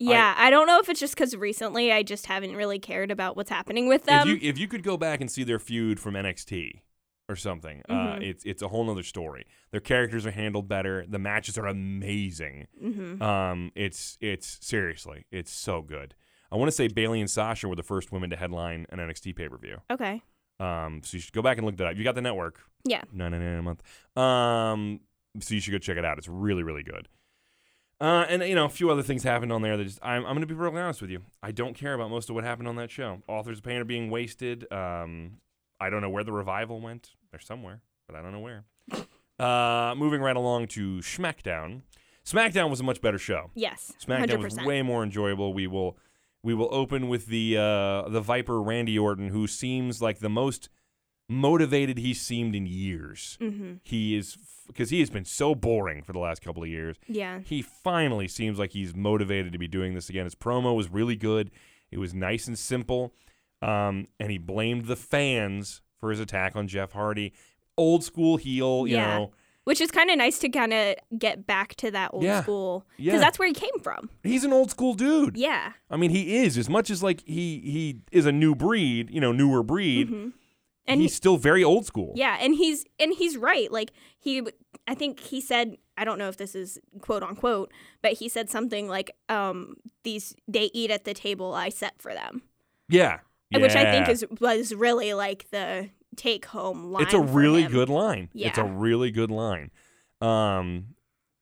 S2: yeah, I, don't know if it's just because recently I just haven't really cared about what's happening with
S1: if
S2: them.
S1: you if you could go back and see their feud from NXT or something, uh,
S2: Mhm.
S1: it's it's a whole nother story. Their characters are handled better. The matches are amazing.
S2: mm-hmm.
S1: Um, it's it's seriously, it's so good. I want to say Bailey and Sasha were the first women to headline an NXT pay per view.
S2: Okay.
S1: Um, so you should go back and look that up. You got the network.
S2: Yeah.
S1: Nine ninety nine a month. Um, so you should go check it out. It's really really good. Uh, and you know, a few other things happened on there. That just I'm, I'm gonna be perfectly honest with you. I don't care about most of what happened on that show. Authors of Pain are being wasted. Um, I don't know where the revival went. They're somewhere, but I don't know where. Uh, moving right along to SmackDown. SmackDown was a much better show.
S2: Yes.
S1: SmackDown
S2: Hundred
S1: was
S2: percent.
S1: way more enjoyable. We will we will open with the uh, the Viper Randy Orton, who seems like the most motivated he seemed in years.
S2: Mm-hmm.
S1: He is because he has been so boring for the last couple of years.
S2: Yeah.
S1: He finally seems like he's motivated to be doing this again. His promo was really good. It was nice and simple, um, and he blamed the fans for his attack on Jeff Hardy. Old school heel, you
S2: Yeah.
S1: know.
S2: Which is kind of nice to kind of get back to that old
S1: Yeah.
S2: school because
S1: Yeah.
S2: that's where he came from.
S1: He's an old school dude.
S2: Yeah.
S1: I mean, he is as much as like he he is a new breed, you know, newer breed.
S2: Mhm. And
S1: he's still very old school.
S2: Yeah, and he's and he's right. Like he, I think he said, I don't know if this is quote unquote, but he said something like, um, "These they eat at the table I set for them,"
S1: yeah,
S2: which I think
S1: Yeah.
S2: is was really like the take home line.
S1: it's a
S2: for
S1: really
S2: him.
S1: good line. It's a
S2: Yeah.
S1: really good line. Um,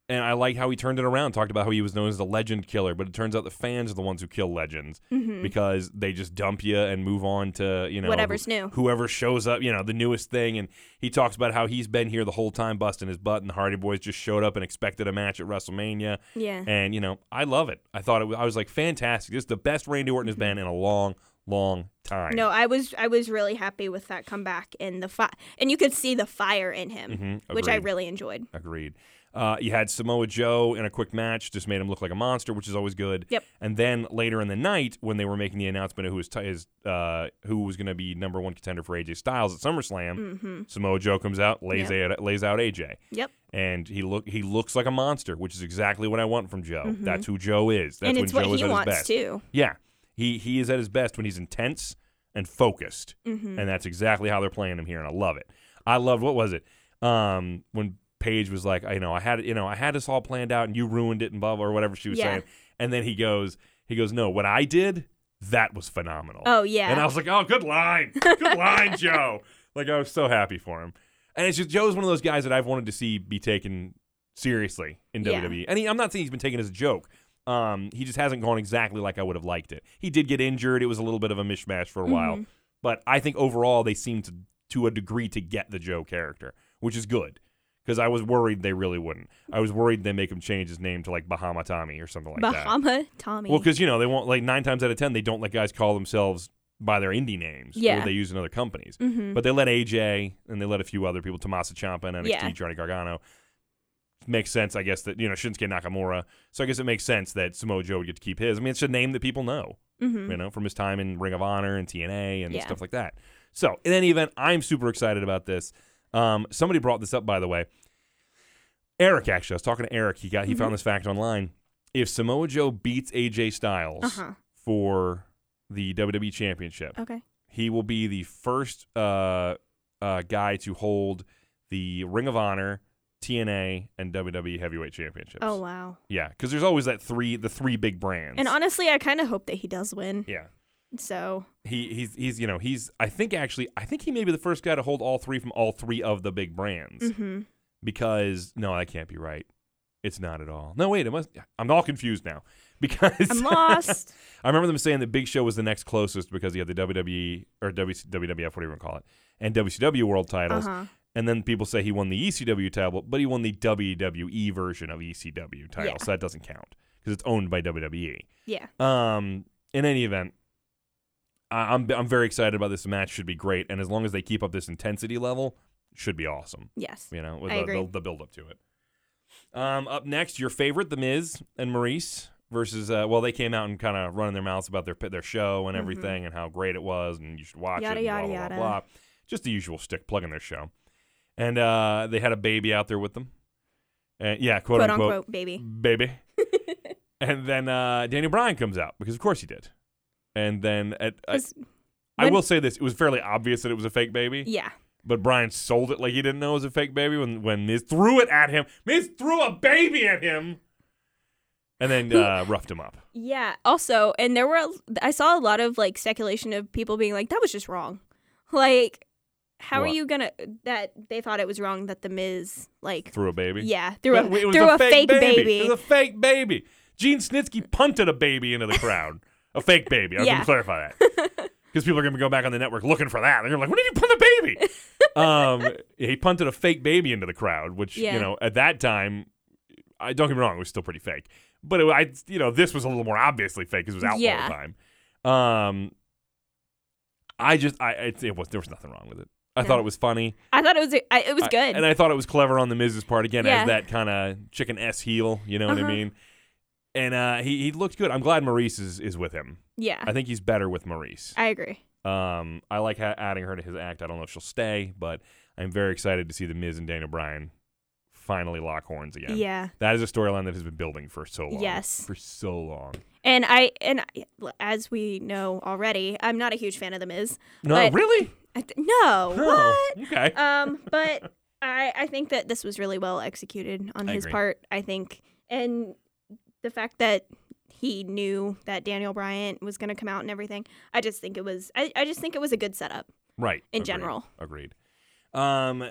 S1: and I like how he turned it around. Talked about how he was known as the legend killer, but it turns out the fans are the ones who kill legends
S2: Mhm.
S1: because they just dump you and move on to you know
S2: Whatever's new.
S1: whoever shows up, you know, the newest thing. And he talks about how he's been here the whole time, busting his butt, and the Hardy Boys just showed up and expected a match at WrestleMania.
S2: Yeah,
S1: And you know, I love it. I thought it was, I was like fantastic. This is the best Randy Orton has been in a long, long time.
S2: Mm-hmm. no, I was I was really happy with that comeback and the fi- and you could see the fire in him,
S1: Mhm,
S2: which I
S1: agreed.
S2: really enjoyed.
S1: agreed. Uh, you had Samoa Joe in a quick match, just made him look like a monster, which is always good.
S2: Yep.
S1: And then later in the night, when they were making the announcement of who was t- his, uh, who was going to be number one contender for AJ Styles at SummerSlam,
S2: hmm
S1: Samoa Joe comes out, lays a- lays out AJ,
S2: Yep,
S1: and he look he looks like a monster, which is exactly what I want from Joe.
S2: Mhm.
S1: That's who Joe is. That's
S2: and
S1: when
S2: it's
S1: Joe
S2: what
S1: is
S2: he
S1: at
S2: wants
S1: his best.
S2: too.
S1: Yeah, he he is at his best when he's intense and focused,
S2: Mhm.
S1: and that's exactly how they're playing him here, and I love it. I loved what was it um, when Paige was like, I know I had it, you know I had this all planned out, and you ruined it, and blah blah or whatever she was
S2: Yeah.
S1: saying, and then he goes he goes, no, what I did that was phenomenal.
S2: Oh yeah,
S1: And I was like, oh, good line. Good line, Joe. Like, I was so happy for him. And it's just, Joe's one of those guys that I've wanted to see be taken seriously in
S2: Yeah.
S1: WWE. And he, I'm not saying he's been taken as a joke. Um, he just hasn't gone exactly like I would have liked it. He did get injured. It was a little bit of a mishmash for a
S2: Mm-hmm.
S1: while. But I think overall, they seem to, to a degree, to get the Joe character, which is good. Because I was worried they really wouldn't. I was worried they make him change his name to like Bahama Tommy or something like that.
S2: Bahama Tommy.
S1: Well, because you know they won't like nine times out of ten they don't let guys call themselves by their indie names.
S2: Yeah.
S1: or they use in other companies.
S2: Mhm.
S1: But they let AJ and they let a few other people, Tommaso Ciampa and NXT,
S2: Yeah.
S1: Johnny Gargano. Makes sense, I guess that you know Shinsuke Nakamura. So I guess it makes sense that Samoa Joe would get to keep his. I mean, it's a name that people know,
S2: Mhm.
S1: you know, from his time in Ring of Honor and TNA and
S2: Yeah.
S1: stuff like that. So in any event, I'm super excited about this. Um, somebody brought this up, by the way. Eric, actually, I was talking to Eric. He got he
S2: Mm-hmm.
S1: found this fact online. If Samoa Joe beats AJ Styles
S2: Uh-huh. Oh.
S1: for the WWE Championship,
S2: Okay.
S1: he will be the first uh, uh, guy to hold the Ring of Honor, TNA, and WWE Heavyweight Championships.
S2: Oh wow.
S1: yeah, because there's always that three the three big brands.
S2: And honestly, I kind of hope that he does win.
S1: yeah,
S2: So
S1: he he's he's you know he's I think actually I think he may be the first guy to hold all three from all three of the big brands
S2: mhm.
S1: because no that can't be right. It's not at all. No wait, it must. I'm all confused now because
S2: I'm lost.
S1: I remember them saying that Big Show was the next closest because he had the WWE or WC WWF, whatever you want to call it, and WCW World
S2: uh
S1: titles.
S2: huh.
S1: And then people say he won the ECW title, but he won the WWE version of ECW title,
S2: Yeah.
S1: so that doesn't count because it's owned by WWE.
S2: Yeah.
S1: Um, in any event, I, I'm I'm very excited about this match. Should be great, and as long as they keep up this intensity level, should be awesome.
S2: Yes.
S1: You know, with
S2: I
S1: the,
S2: agree.
S1: The, the build up to it. Um, up next, your favorite, The Miz and Maurice versus. Uh, well, they came out and kind of running their mouths about their their show and everything and how great it was and you should watch
S2: Mm-hmm. Yada,
S1: it. and blah,
S2: yada,
S1: blah,
S2: yada.
S1: Blah, blah. Just the usual shtick, plugging their show. And uh, they had a baby out there with them. And, yeah, quote,
S2: quote
S1: unquote,
S2: unquote baby.
S1: baby. and then uh, Daniel Bryan comes out because of course he did. And then at, I,
S2: Was-
S1: I
S2: when-
S1: will say this: it was fairly obvious that it was a fake baby.
S2: Yeah.
S1: But Brian sold it like he didn't know it was a fake baby when, when Miz threw it at him. Miz threw a baby at him and then uh, roughed him up.
S2: Yeah. Also, and there were a- I saw a lot of like speculation of people being like that was just wrong. Like how are
S1: What?
S2: you going to that they thought it was wrong that the Miz like
S1: Threw a baby?
S2: yeah, through a
S1: But it was
S2: through a, fake, baby.
S1: It was a fake baby. Gene Snitsky punted a baby into the crowd. a fake baby. I was going
S2: Yeah.
S1: to clarify that. Because people are going to go back on the network looking for that. They're gonna be like, when did you punt a baby? um, he punted a fake baby into the crowd, which,
S2: Yeah.
S1: you know, at that time, I don't get me wrong, it was still pretty fake. But it, I, you know, this was a little more obviously fake because it was out
S2: Yeah.
S1: all the time. Um, I just, I, it, it was, there was nothing wrong with it. I
S2: No.
S1: thought it was funny.
S2: I thought it was a- I, it was
S1: I-
S2: good.
S1: and I thought it was clever on the Miz's part again
S2: Yeah.
S1: as that kind of chicken S heel, you know what
S2: Uh-huh.
S1: I mean? And uh, he he looked good. I'm glad Maurice is, is with him.
S2: yeah.
S1: I think he's better with Maurice.
S2: I agree.
S1: Um, I like ha- adding her to his act. I don't know if she'll stay, but I'm very excited to see the Miz and Daniel Bryan finally lock horns again.
S2: yeah.
S1: That is a storyline that has been building for so long.
S2: Yes.
S1: For so long.
S2: And I and I, as we know already, I'm not a huge fan of the Miz.
S1: No,
S2: But-
S1: really?
S2: I th- no. What?
S1: Oh, okay.
S2: um, but I, I think that this was really well executed on
S1: I
S2: his
S1: agree.
S2: part. I think, and the fact that he knew that Daniel Bryant was going to come out and everything, I just think it was. I, I just think it was a good setup
S1: right.
S2: in
S1: Agreed.
S2: general.
S1: Agreed. Um,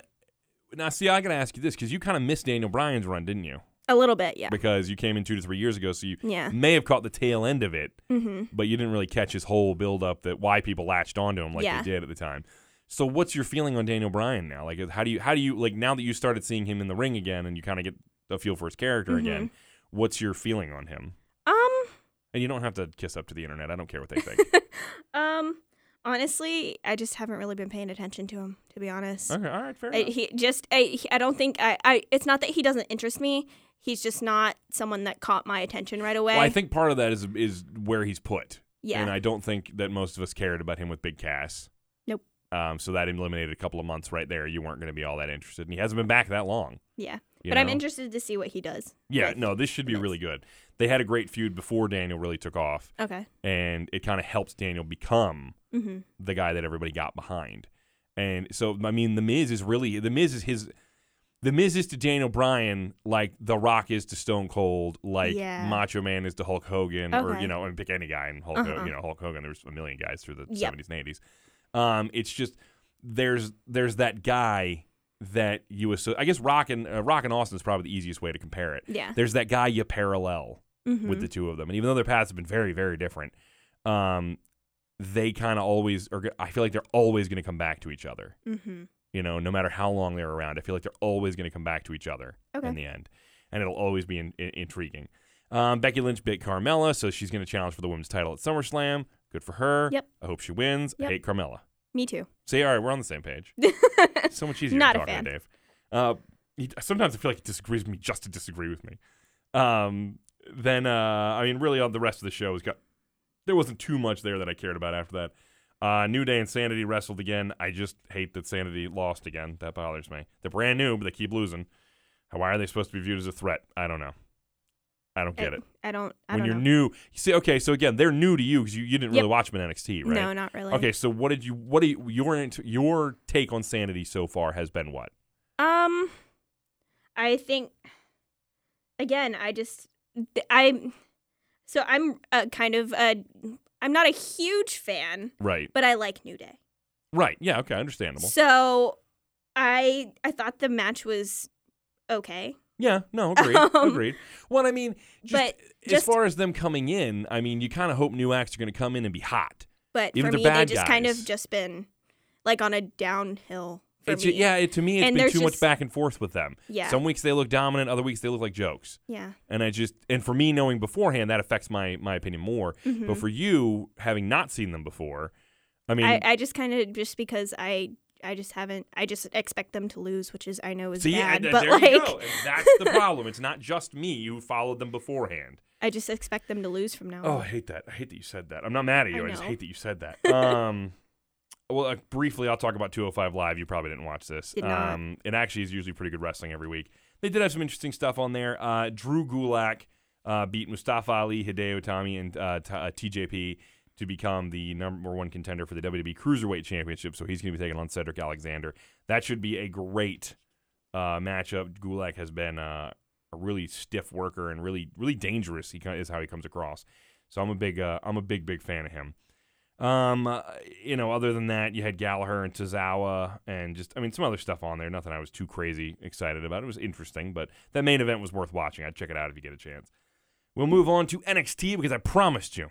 S1: now, see, I got to ask you this because you kind of missed Daniel Bryan's run, didn't you?
S2: A little bit, yeah,
S1: because you came in two to three years ago, so you
S2: yeah,
S1: may have caught the tail end of it,
S2: hmm
S1: but you didn't really catch his whole build up that why people latched onto him like
S2: Yeah.
S1: they did at the time. So what's your feeling on Daniel Bryan now? Like how do you how do you like now that you started seeing him in the ring again and you kind of get a feel for his character
S2: Mhm.
S1: again? What's your feeling on him?
S2: Um,
S1: And you don't have to kiss up to the internet. I don't care what they think.
S2: um, honestly, I just haven't really been paying attention to him, to be honest.
S1: okay, all right, fair
S2: I,
S1: enough.
S2: he just I, he- I don't think I, I it's not that he doesn't interest me he's just not someone that caught my attention right away
S1: Well, I think part of that is is where he's put.
S2: yeah
S1: And I don't think that most of us cared about him with Big Cass.
S2: Nope.
S1: Um, so that eliminated a couple of months right there. You weren't going to be all that interested. And he hasn't been back that long.
S2: Yeah.
S1: You
S2: but I'm
S1: know?
S2: interested to see what he does
S1: Yeah,
S2: like,
S1: no, this should be
S2: Miz.
S1: really good. They had a great feud before Daniel really took off,
S2: okay
S1: and it kind of helped Daniel become
S2: mm-hmm.
S1: the guy that everybody got behind. And so, I mean, The Miz is really, The Miz is his, The Miz is to Daniel Bryan like The Rock is to Stone Cold, like
S2: Yeah.
S1: Macho Man is to Hulk Hogan, or,
S2: Okay.
S1: you know, and pick any guy in Hulk,
S2: Uh-huh.
S1: you know, Hulk Hogan. There's a million guys through the
S2: Yep.
S1: 70s and 80s. Um, it's just, there's, there's that guy that you, asso- I guess Rock and, uh, Rock and Austin is probably the easiest way to compare it.
S2: yeah
S1: There's that guy you parallel
S2: mm-hmm.
S1: with the two of them. And even though their paths have been very, very different, um, they kind of always are. go- I feel like they're always going to come back to each other.
S2: mm-hmm.
S1: You know, no matter how long they're around, I feel like they're always going to come back to each other
S2: Okay.
S1: in the end, and it'll always be in, in- intriguing. Um, Becky Lynch bit Carmella, so she's going to challenge for the women's title at SummerSlam. Good for her.
S2: Yep.
S1: I hope she wins.
S2: Yep.
S1: I hate Carmella.
S2: me too
S1: See, all right, we're on the same page. It's so much easier
S2: Not
S1: to
S2: a
S1: talk
S2: fan.
S1: to Dave. Uh, he, sometimes I feel like he disagrees with me just to disagree with me. Um, then uh, I mean, really, on the rest of the show has got there wasn't too much there that I cared about after that. Uh, New Day and Sanity wrestled again. I just hate that Sanity lost again. That bothers me. They're brand new, but they keep losing. Why are they supposed to be viewed as a threat? I don't know. I don't get it.
S2: I don't Eh, I
S1: When
S2: don't
S1: you're
S2: know
S1: new, you see, okay, so again, they're new to you because you, you didn't
S2: Yep.
S1: really watch them in NXT, right?
S2: no not really
S1: Okay, so what did you? What do you, your int- your take on sanity so far has been? What?
S2: um I think again I just th- I so I'm uh, kind of uh I'm not a huge fan
S1: Right.
S2: but I like New Day
S1: Right. Yeah. Okay. Understandable.
S2: so I I thought the match was okay
S1: yeah. No. Agreed.
S2: Um,
S1: agreed. Well, I mean, just,
S2: but
S1: as
S2: just-
S1: far as them coming in, I mean, you kind of hope new acts are going to come in and be hot.
S2: but
S1: Even
S2: for
S1: the
S2: me they
S1: bad
S2: just kind of
S1: guys.
S2: just been like on a downhill for
S1: It's
S2: me
S1: yeah. It, to me, it's
S2: And
S1: been
S2: there's
S1: too much
S2: just-
S1: back and forth with them.
S2: Yeah.
S1: Some weeks they look dominant. Other weeks they look like jokes.
S2: yeah
S1: And I just and for me knowing beforehand that affects my my opinion more.
S2: Mm-hmm.
S1: But for you having not seen them before, I mean,
S2: I, I just kind of just because I I just haven't. I just expect them to lose, which is I know is
S1: See,
S2: bad,
S1: and, uh,
S2: but
S1: there you
S2: like
S1: go. And that's the problem. It's not just me who followed them beforehand.
S2: I just expect them to lose from now.
S1: Oh, I
S2: on.
S1: hate that. I hate that you said that. I'm not mad at you.
S2: I
S1: I, just
S2: know.
S1: hate that you said that. Um, well, uh, briefly, I'll talk about 205 Live. You probably didn't watch this.
S2: Did not.
S1: Um, it actually is usually pretty good wrestling every week. They did have some interesting stuff on there. Uh, Drew Gulak uh, beat Mustafa Ali, Hideo Tommy, and uh, T- uh, TJP to become the number one contender for the WWE Cruiserweight Championship. So he's going to be taking on Cedric Alexander. That should be a great uh, matchup. Gulak has been uh, a really stiff worker and really, really dangerous. He ki- is how he comes across. So I'm a big, uh, I'm a big, big fan of him. Um, uh, you know, other than that, you had Gallagher and Tozawa, and just I mean, some other stuff on there. Nothing I was too crazy excited about. It was interesting, but that main event was worth watching. I'd check it out if you get a chance. We'll move on to NXT because I promised you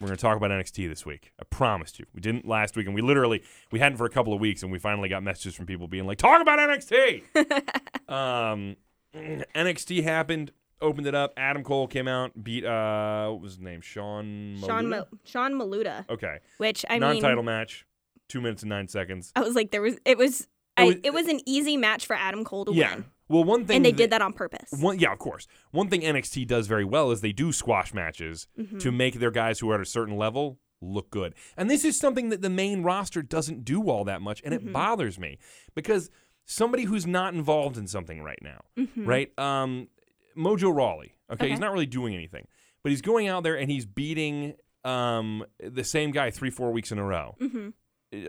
S1: we're going to talk about NXT this week. I promised you. We didn't last week, and we literally we hadn't for a couple of weeks, and we finally got messages from people being like, "Talk about NXT." um, NXT happened, opened it up. Adam Cole came out, beat uh, what was his name? Sean.
S2: Sean
S1: Maluda?
S2: Mal- Sean Maluda,
S1: Okay.
S2: which I mean,
S1: Non-title match, two minutes and nine seconds.
S2: I was like, there was it was.
S1: It
S2: I,
S1: was-
S2: it was an easy match for Adam Cole to win,
S1: Well, one thing
S2: and they did that on purpose.
S1: One, yeah, of course. One thing NXT does very well is they do squash matches
S2: Mm-hmm.
S1: to make their guys who are at a certain level look good. And this is something that the main roster doesn't do all that much, and
S2: Mm-hmm.
S1: it bothers me because somebody who's not involved in something right now, right? Um, Mojo Rawley. Okay, he's
S2: Mm-hmm. Okay.
S1: not really doing anything, but he's going out there and he's beating um, the same guy three, four weeks in a row.
S2: mm-hmm.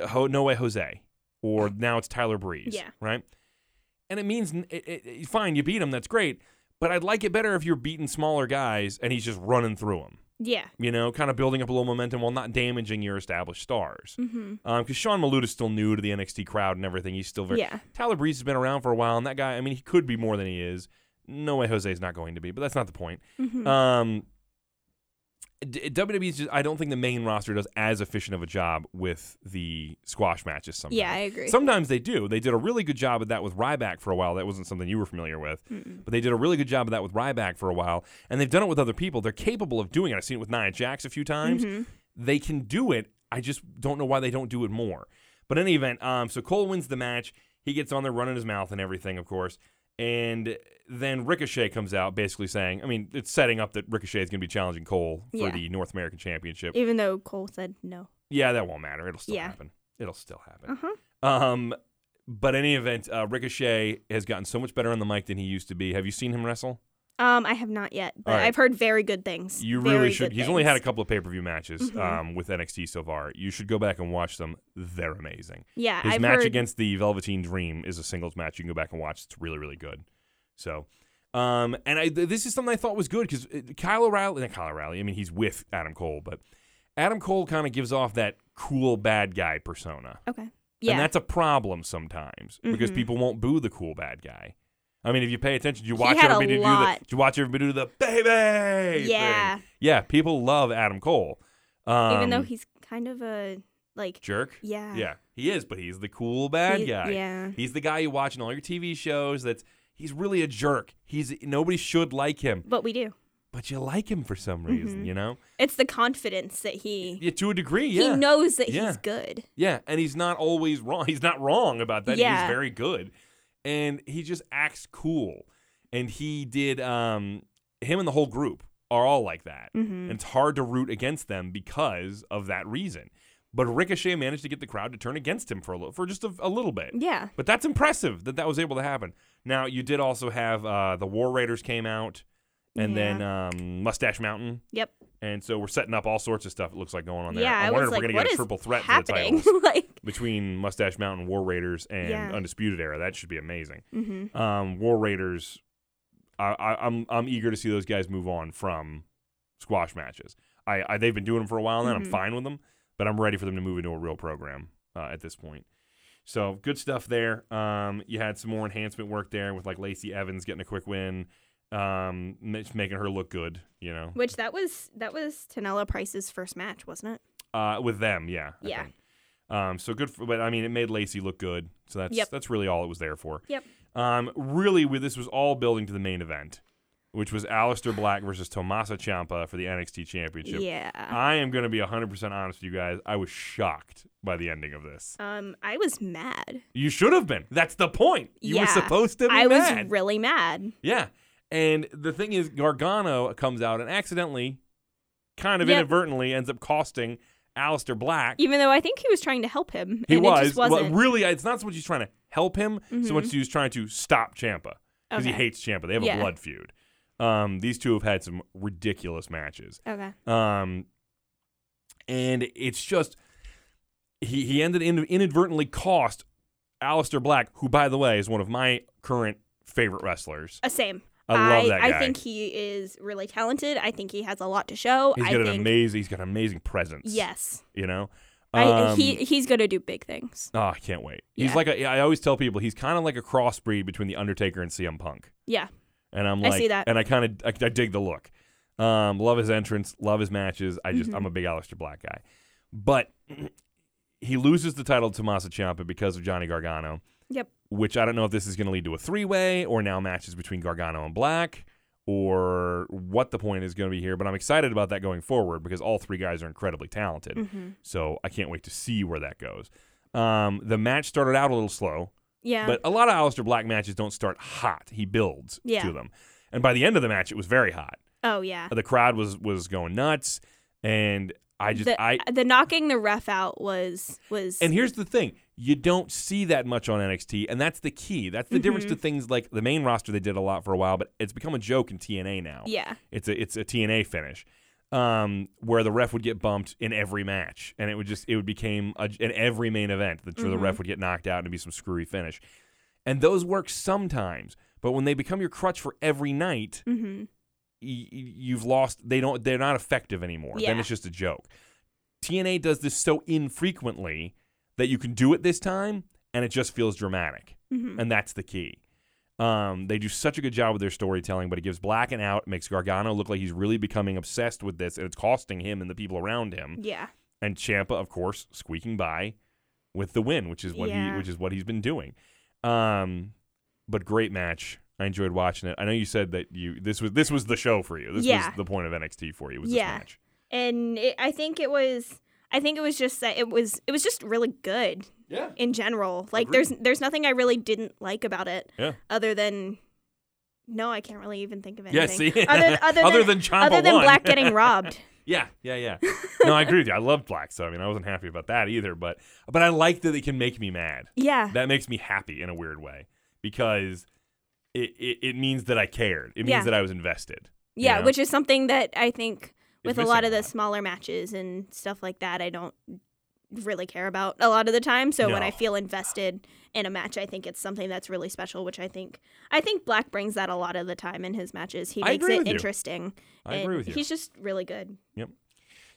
S1: Uh, Ho- No Way Jose, or now it's Tyler Breeze.
S2: Yeah.
S1: Right? And it means, n- it, it, it- fine, you beat him, that's great. But I'd like it better if you're beating smaller guys and he's just running through them,
S2: Yeah.
S1: you know, kind of building up a little momentum while not damaging your established stars. Um, Because
S2: Mm-hmm.
S1: Sean Maluda's still new to the NXT crowd and everything. He's still very.
S2: Yeah.
S1: Tyler Breeze has been around for a while, and that guy, I mean, he could be more than he is. No way Jose's not going to be, but that's not the point.
S2: Mm-hmm.
S1: Um, D- WWE's just, I don't think the main roster does as efficient of a job with the squash matches sometimes.
S2: yeah, I agree.
S1: Sometimes they do. They did a really good job of that with Ryback for a while. That wasn't something you were familiar with,
S2: Mm-mm.
S1: but they did a really good job of that with Ryback for a while. And they've done it with other people. They're capable of doing it. I've seen it with Nia Jax a few times.
S2: Mhm.
S1: They can do it. I just don't know why they don't do it more. But in any event, um, so Cole wins the match. He gets on there running his mouth and everything, of course. And then Ricochet comes out basically saying, I mean, it's setting up that Ricochet is going to be challenging Cole for
S2: Yeah.
S1: the North American Championship.
S2: Even though Cole said no.
S1: yeah, that won't matter. It'll still
S2: Yeah.
S1: happen. It'll still happen.
S2: Uh huh.
S1: Um, but in any event, uh, Ricochet has gotten so much better on the mic than he used to be. Have you seen him wrestle?
S2: Um, I have not yet, but
S1: All right.
S2: I've heard very good things.
S1: You
S2: Very
S1: really should.
S2: good
S1: He's only had a
S2: things.
S1: couple of pay per view matches
S2: Mhm.
S1: um, with NXT so far. You should go back and watch them. They're amazing.
S2: yeah.
S1: His
S2: I've
S1: match
S2: heard,
S1: against the Velveteen Dream is a singles match. You can go back and watch. It's really, really good. So, um, and I, th- this is something I thought was good because Kyle O'Reilly, not Kyle O'Reilly, I mean, he's with Adam Cole, but Adam Cole kind of gives off that cool bad guy persona.
S2: Okay. Yeah.
S1: And that's a problem sometimes because
S2: Mhm.
S1: people won't boo the cool bad guy. I mean, if you pay attention, you
S2: He
S1: watch
S2: had a
S1: everybody do the
S2: lot.
S1: you watch everybody do the baby. thing.
S2: Yeah.
S1: Yeah, people love Adam Cole. Um,
S2: Even though he's kind of a like.
S1: jerk.
S2: Yeah.
S1: Yeah, he is, but he's the cool bad
S2: He-
S1: guy.
S2: Yeah.
S1: He's the guy you watch in all your TV shows that's he's really a jerk. He's nobody should like him,
S2: But we do.
S1: but you like him for some reason,
S2: Mhm.
S1: you know?
S2: It's the confidence that he
S1: Yeah, to a degree, yeah.
S2: he knows that
S1: Yeah.
S2: he's good.
S1: Yeah, and he's not always wrong. He's not wrong about that.
S2: Yeah.
S1: He's very good, and he just acts cool. And he did. Um, him and the whole group are all like that,
S2: Mhm.
S1: and it's hard to root against them because of that reason. But Ricochet managed to get the crowd to turn against him for a little, for just a, a little bit.
S2: Yeah.
S1: But that's impressive that that was able to happen. Now you did also have uh, the War Raiders came out, and
S2: Yeah.
S1: then um, Mustache Mountain.
S2: Yep.
S1: And so we're setting up all sorts of stuff. It looks like going on there.
S2: Yeah.
S1: I,
S2: I,
S1: wonder
S2: was
S1: if
S2: like,
S1: we're gonna
S2: what
S1: get a
S2: is
S1: triple threat for the
S2: happening?
S1: titles
S2: like.
S1: between Mustache Mountain, War Raiders, and
S2: Yeah.
S1: Undisputed Era. That should be amazing.
S2: hmm
S1: Um, War Raiders, I, I, I'm I'm eager to see those guys move on from squash matches. I, I they've been doing them for a while now. and
S2: Mhm.
S1: I'm fine with them, but I'm ready for them to move into a real program uh, at this point. So good stuff there. Um, you had some more enhancement work there with like Lacey Evans getting a quick win, um, ma- making her look good. You know,
S2: Which that was that was Tanella Price's first match, wasn't it?
S1: uh, with them, yeah. I
S2: Yeah.
S1: think. Um, so good, for, but I mean, it made Lacey look good. So that's
S2: Yep.
S1: that's really all it was there for.
S2: Yep.
S1: Um, really, we, this was all building to the main event, which was Alistair Black versus Tomasa Ciampa for the NXT Championship.
S2: Yeah.
S1: I am going to be 100% honest with you guys. I was shocked by the ending of this.
S2: Um, I was mad.
S1: You should have been. That's the point. You were
S2: Yeah.
S1: supposed to be
S2: I
S1: mad.
S2: was really mad.
S1: yeah. And the thing is, Gargano comes out and accidentally, kind of
S2: Yep.
S1: inadvertently, ends up costing Alistair Black.
S2: Even though I think he was trying to help him.
S1: He
S2: and It
S1: was.
S2: just
S1: Well,
S2: wasn't. Mm-hmm.
S1: really, it's not so much he's trying to help him, so much he's trying to stop Champa because he
S2: Okay.
S1: hates Champa. They have
S2: Yeah.
S1: a blood feud. Um, these two have had some ridiculous matches.
S2: okay.
S1: Um, and it's just he he ended in, inadvertently cost Alistair Black, who by the way is one of my current favorite wrestlers.
S2: Uh, same.
S1: I love that guy.
S2: I think he is really talented. I think he has a lot to show.
S1: He's
S2: I
S1: got an
S2: think
S1: amazing he's got an amazing presence.
S2: yes,
S1: you know.
S2: I,
S1: Um,
S2: he he's gonna do big things.
S1: Oh, I can't wait. He's
S2: Yeah.
S1: like a, I always tell people, he's kind of like a crossbreed between the Undertaker and CM Punk,
S2: Yeah,
S1: and I'm
S2: I
S1: like,
S2: see that.
S1: and I kind of I, I dig the look. Um, love his entrance, love his matches. I just
S2: Mm-hmm.
S1: I'm a big Aleister Black guy, but he loses the title to Tommaso Ciampa because of Johnny Gargano.
S2: Yep.
S1: Which I don't know if this is going to lead to a three way or now matches between Gargano and Black or what the point is going to be here. But I'm excited about that going forward because all three guys are incredibly talented.
S2: Mm-hmm.
S1: So I can't wait to see where that goes. Um, the match started out a little slow,
S2: yeah.
S1: but a lot of Aleister Black matches don't start hot. He builds
S2: Yeah.
S1: to them. And by the end of the match, it was very hot.
S2: oh yeah.
S1: The crowd was was going nuts, and I just
S2: the,
S1: I
S2: the knocking the ref out was was
S1: And here's the thing you don't see that much on NXT, and that's the key. That's the difference
S2: Mm-hmm.
S1: to things like the main roster they did a lot for a while, but it's become a joke in TNA now.
S2: yeah
S1: It's a it's a TNA finish. Um, where the ref would get bumped in every match, and it would just it would became a, in every main event that the ref would get knocked out and it'd be some screwy finish, and those work sometimes, but when they become your crutch for every night,
S2: hmm
S1: y- y- you've lost they don't they're not effective anymore then
S2: Yeah.
S1: it's just a joke tna does this so infrequently that you can do it this time and it just feels dramatic
S2: Mhm.
S1: and that's the key um, they do such a good job with their storytelling but it gives black and out makes gargano look like he's really becoming obsessed with this and it's costing him and the people around him
S2: yeah
S1: and champa of course squeaking by with the win which is what he
S2: Yeah.
S1: which is what he's been doing um, but great match. I enjoyed watching it. I know you said that you this was this was the show for you. This
S2: Yeah.
S1: was the point of NXT for you. Was
S2: Yeah.
S1: this match?
S2: and it, I think it was I think it was just that it was it was just really good
S1: Yeah.
S2: in general like
S1: Agreed.
S2: there's there's nothing I really didn't like about it
S1: Yeah.
S2: other than no I can't really even think of
S1: Yeah.
S2: anything
S1: See.
S2: other other than
S1: Ciampa
S2: other than
S1: won.
S2: Black getting robbed
S1: yeah. Yeah. Yeah. No, I agree with you. I love Black, so I mean, I wasn't happy about that either. But but I like that it can make me mad.
S2: yeah
S1: That makes me happy in a weird way because it it, it means that I cared. It means
S2: Yeah.
S1: that I was invested. you
S2: yeah
S1: know?
S2: which is something that I think
S1: It's
S2: with a lot
S1: missing
S2: of the smaller matches and stuff like that I don't really care about a lot of the time so when
S1: No.
S2: I feel invested in a match I think it's something that's really special which I think I think Black brings that a lot of the time in his matches he
S1: I
S2: makes
S1: agree with
S2: it
S1: you.
S2: interesting
S1: I agree
S2: and
S1: with you.
S2: he's just really good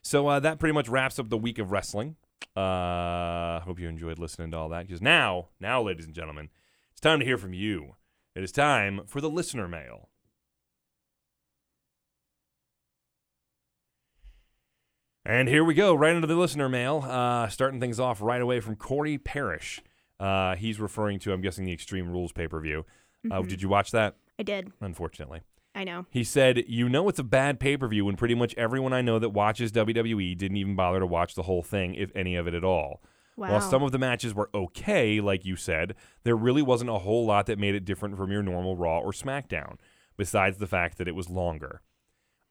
S1: So uh, that pretty much wraps up the week of wrestling. Uh, hope you enjoyed listening to all that because now, now, ladies and gentlemen, it's time to hear from you. It is time for the listener mail. And here we go, right into the listener mail. Uh, starting things off right away from Corey Parrish. Uh, he's referring to, I'm guessing, the Extreme Rules pay per view. Uh, did you watch that?
S2: I did
S1: Unfortunately.
S2: I know
S1: He said, You know, it's a bad pay per view when pretty much everyone I know that watches WWE didn't even bother to watch the whole thing, if any of it at all.
S2: wow
S1: While some of the matches were okay, like you said, there really wasn't a whole lot that made it different from your normal Raw or SmackDown, besides the fact that it was longer.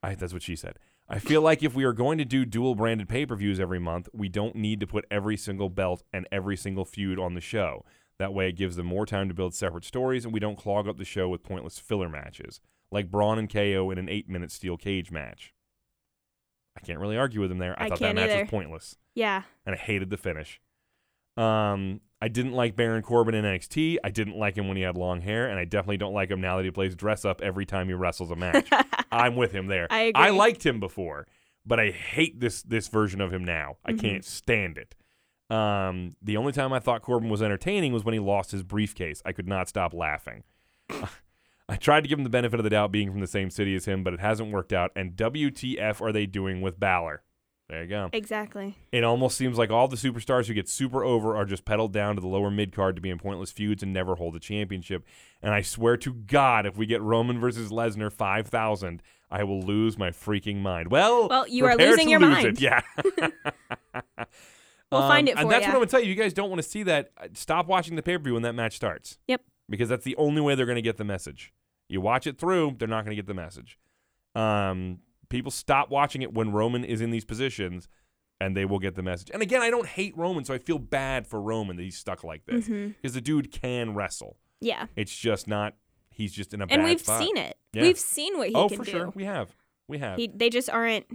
S1: I, that's what she said. I feel like if we are going to do dual branded pay per views every month, we don't need to put every single belt and every single feud on the show. That way, it gives them more time to build separate stories, and we don't clog up the show with pointless filler matches, like Braun and KO in an eight minute steel cage match. I can't really argue with him there. I,
S2: I
S1: thought that
S2: can't
S1: match
S2: either.
S1: was pointless
S2: yeah
S1: and I hated the finish. Um, I didn't like Baron Corbin in NXT. I didn't like him when he had long hair, and I definitely don't like him now that he plays dress up every time he wrestles a match. I'm with him there.
S2: I agree.
S1: I liked him before, but I hate this this version of him now.
S2: Mm-hmm.
S1: I can't stand it. Um, the only time I thought Corbin was entertaining was when he lost his briefcase. I could not stop laughing. I tried to give him the benefit of the doubt being from the same city as him, but it hasn't worked out. And WTF are they doing with Balor? There you go.
S2: Exactly.
S1: It almost seems like all the superstars who get super over are just pedaled down to the lower mid card to be in pointless feuds and never hold a championship. And I swear to God, if we get Roman versus Lesnar 5,000, I will lose my freaking mind. Well,
S2: Well, you are
S1: prepare
S2: losing
S1: to
S2: your
S1: lose
S2: mind.
S1: It. Yeah.
S2: We'll
S1: Um,
S2: find it for
S1: And that's
S2: ya.
S1: what I'm going to tell you. You guys don't want to see that. Uh, Stop watching the pay per view when that match starts.
S2: Yep.
S1: Because that's the only way they're going to get the message. You watch it through, they're not going to get the message. Um, people stop watching it when Roman is in these positions, and they will get the message. And again, I don't hate Roman, so I feel bad for Roman that he's stuck like this because
S2: Mhm.
S1: the dude can wrestle.
S2: Yeah.
S1: It's just not. He's just in a
S2: And
S1: bad
S2: we've
S1: spot.
S2: seen it.
S1: Yeah.
S2: We've seen what he
S1: oh,
S2: can
S1: for
S2: do.
S1: sure, we have, we have
S2: He, they just aren't.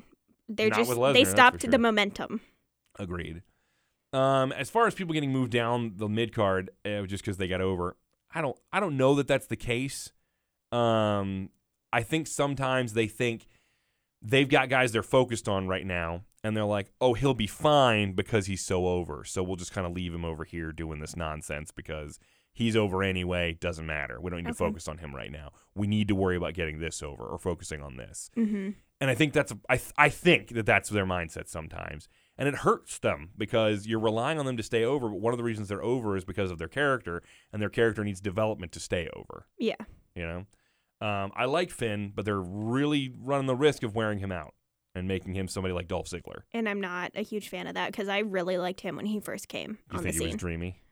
S2: They're
S1: Not
S2: just.
S1: with Lesnar,
S2: they
S1: that's for
S2: stopped
S1: sure.
S2: the momentum.
S1: agreed. Um, as far as people getting moved down the mid card uh, just because they got over, I don't, I don't know that that's the case. Um, I think sometimes they think they've got guys they're focused on right now, and they're like, "Oh, he'll be fine because he's so over." So we'll just kind of leave him over here doing this nonsense because he's over anyway. Doesn't matter. We don't need to
S2: Okay.
S1: focus on him right now. We need to worry about getting this over or focusing on this.
S2: hmm
S1: And I think that's I th- I think that that's their mindset sometimes, and it hurts them because you're relying on them to stay over. But one of the reasons they're over is because of their character, and their character needs development to stay over.
S2: Yeah.
S1: You know, um, I like Finn, but they're really running the risk of wearing him out and making him somebody like Dolph Ziggler.
S2: And I'm not a huge fan of that because I really liked him when he first came
S1: You
S2: on the
S1: think he was
S2: scene.
S1: dreamy?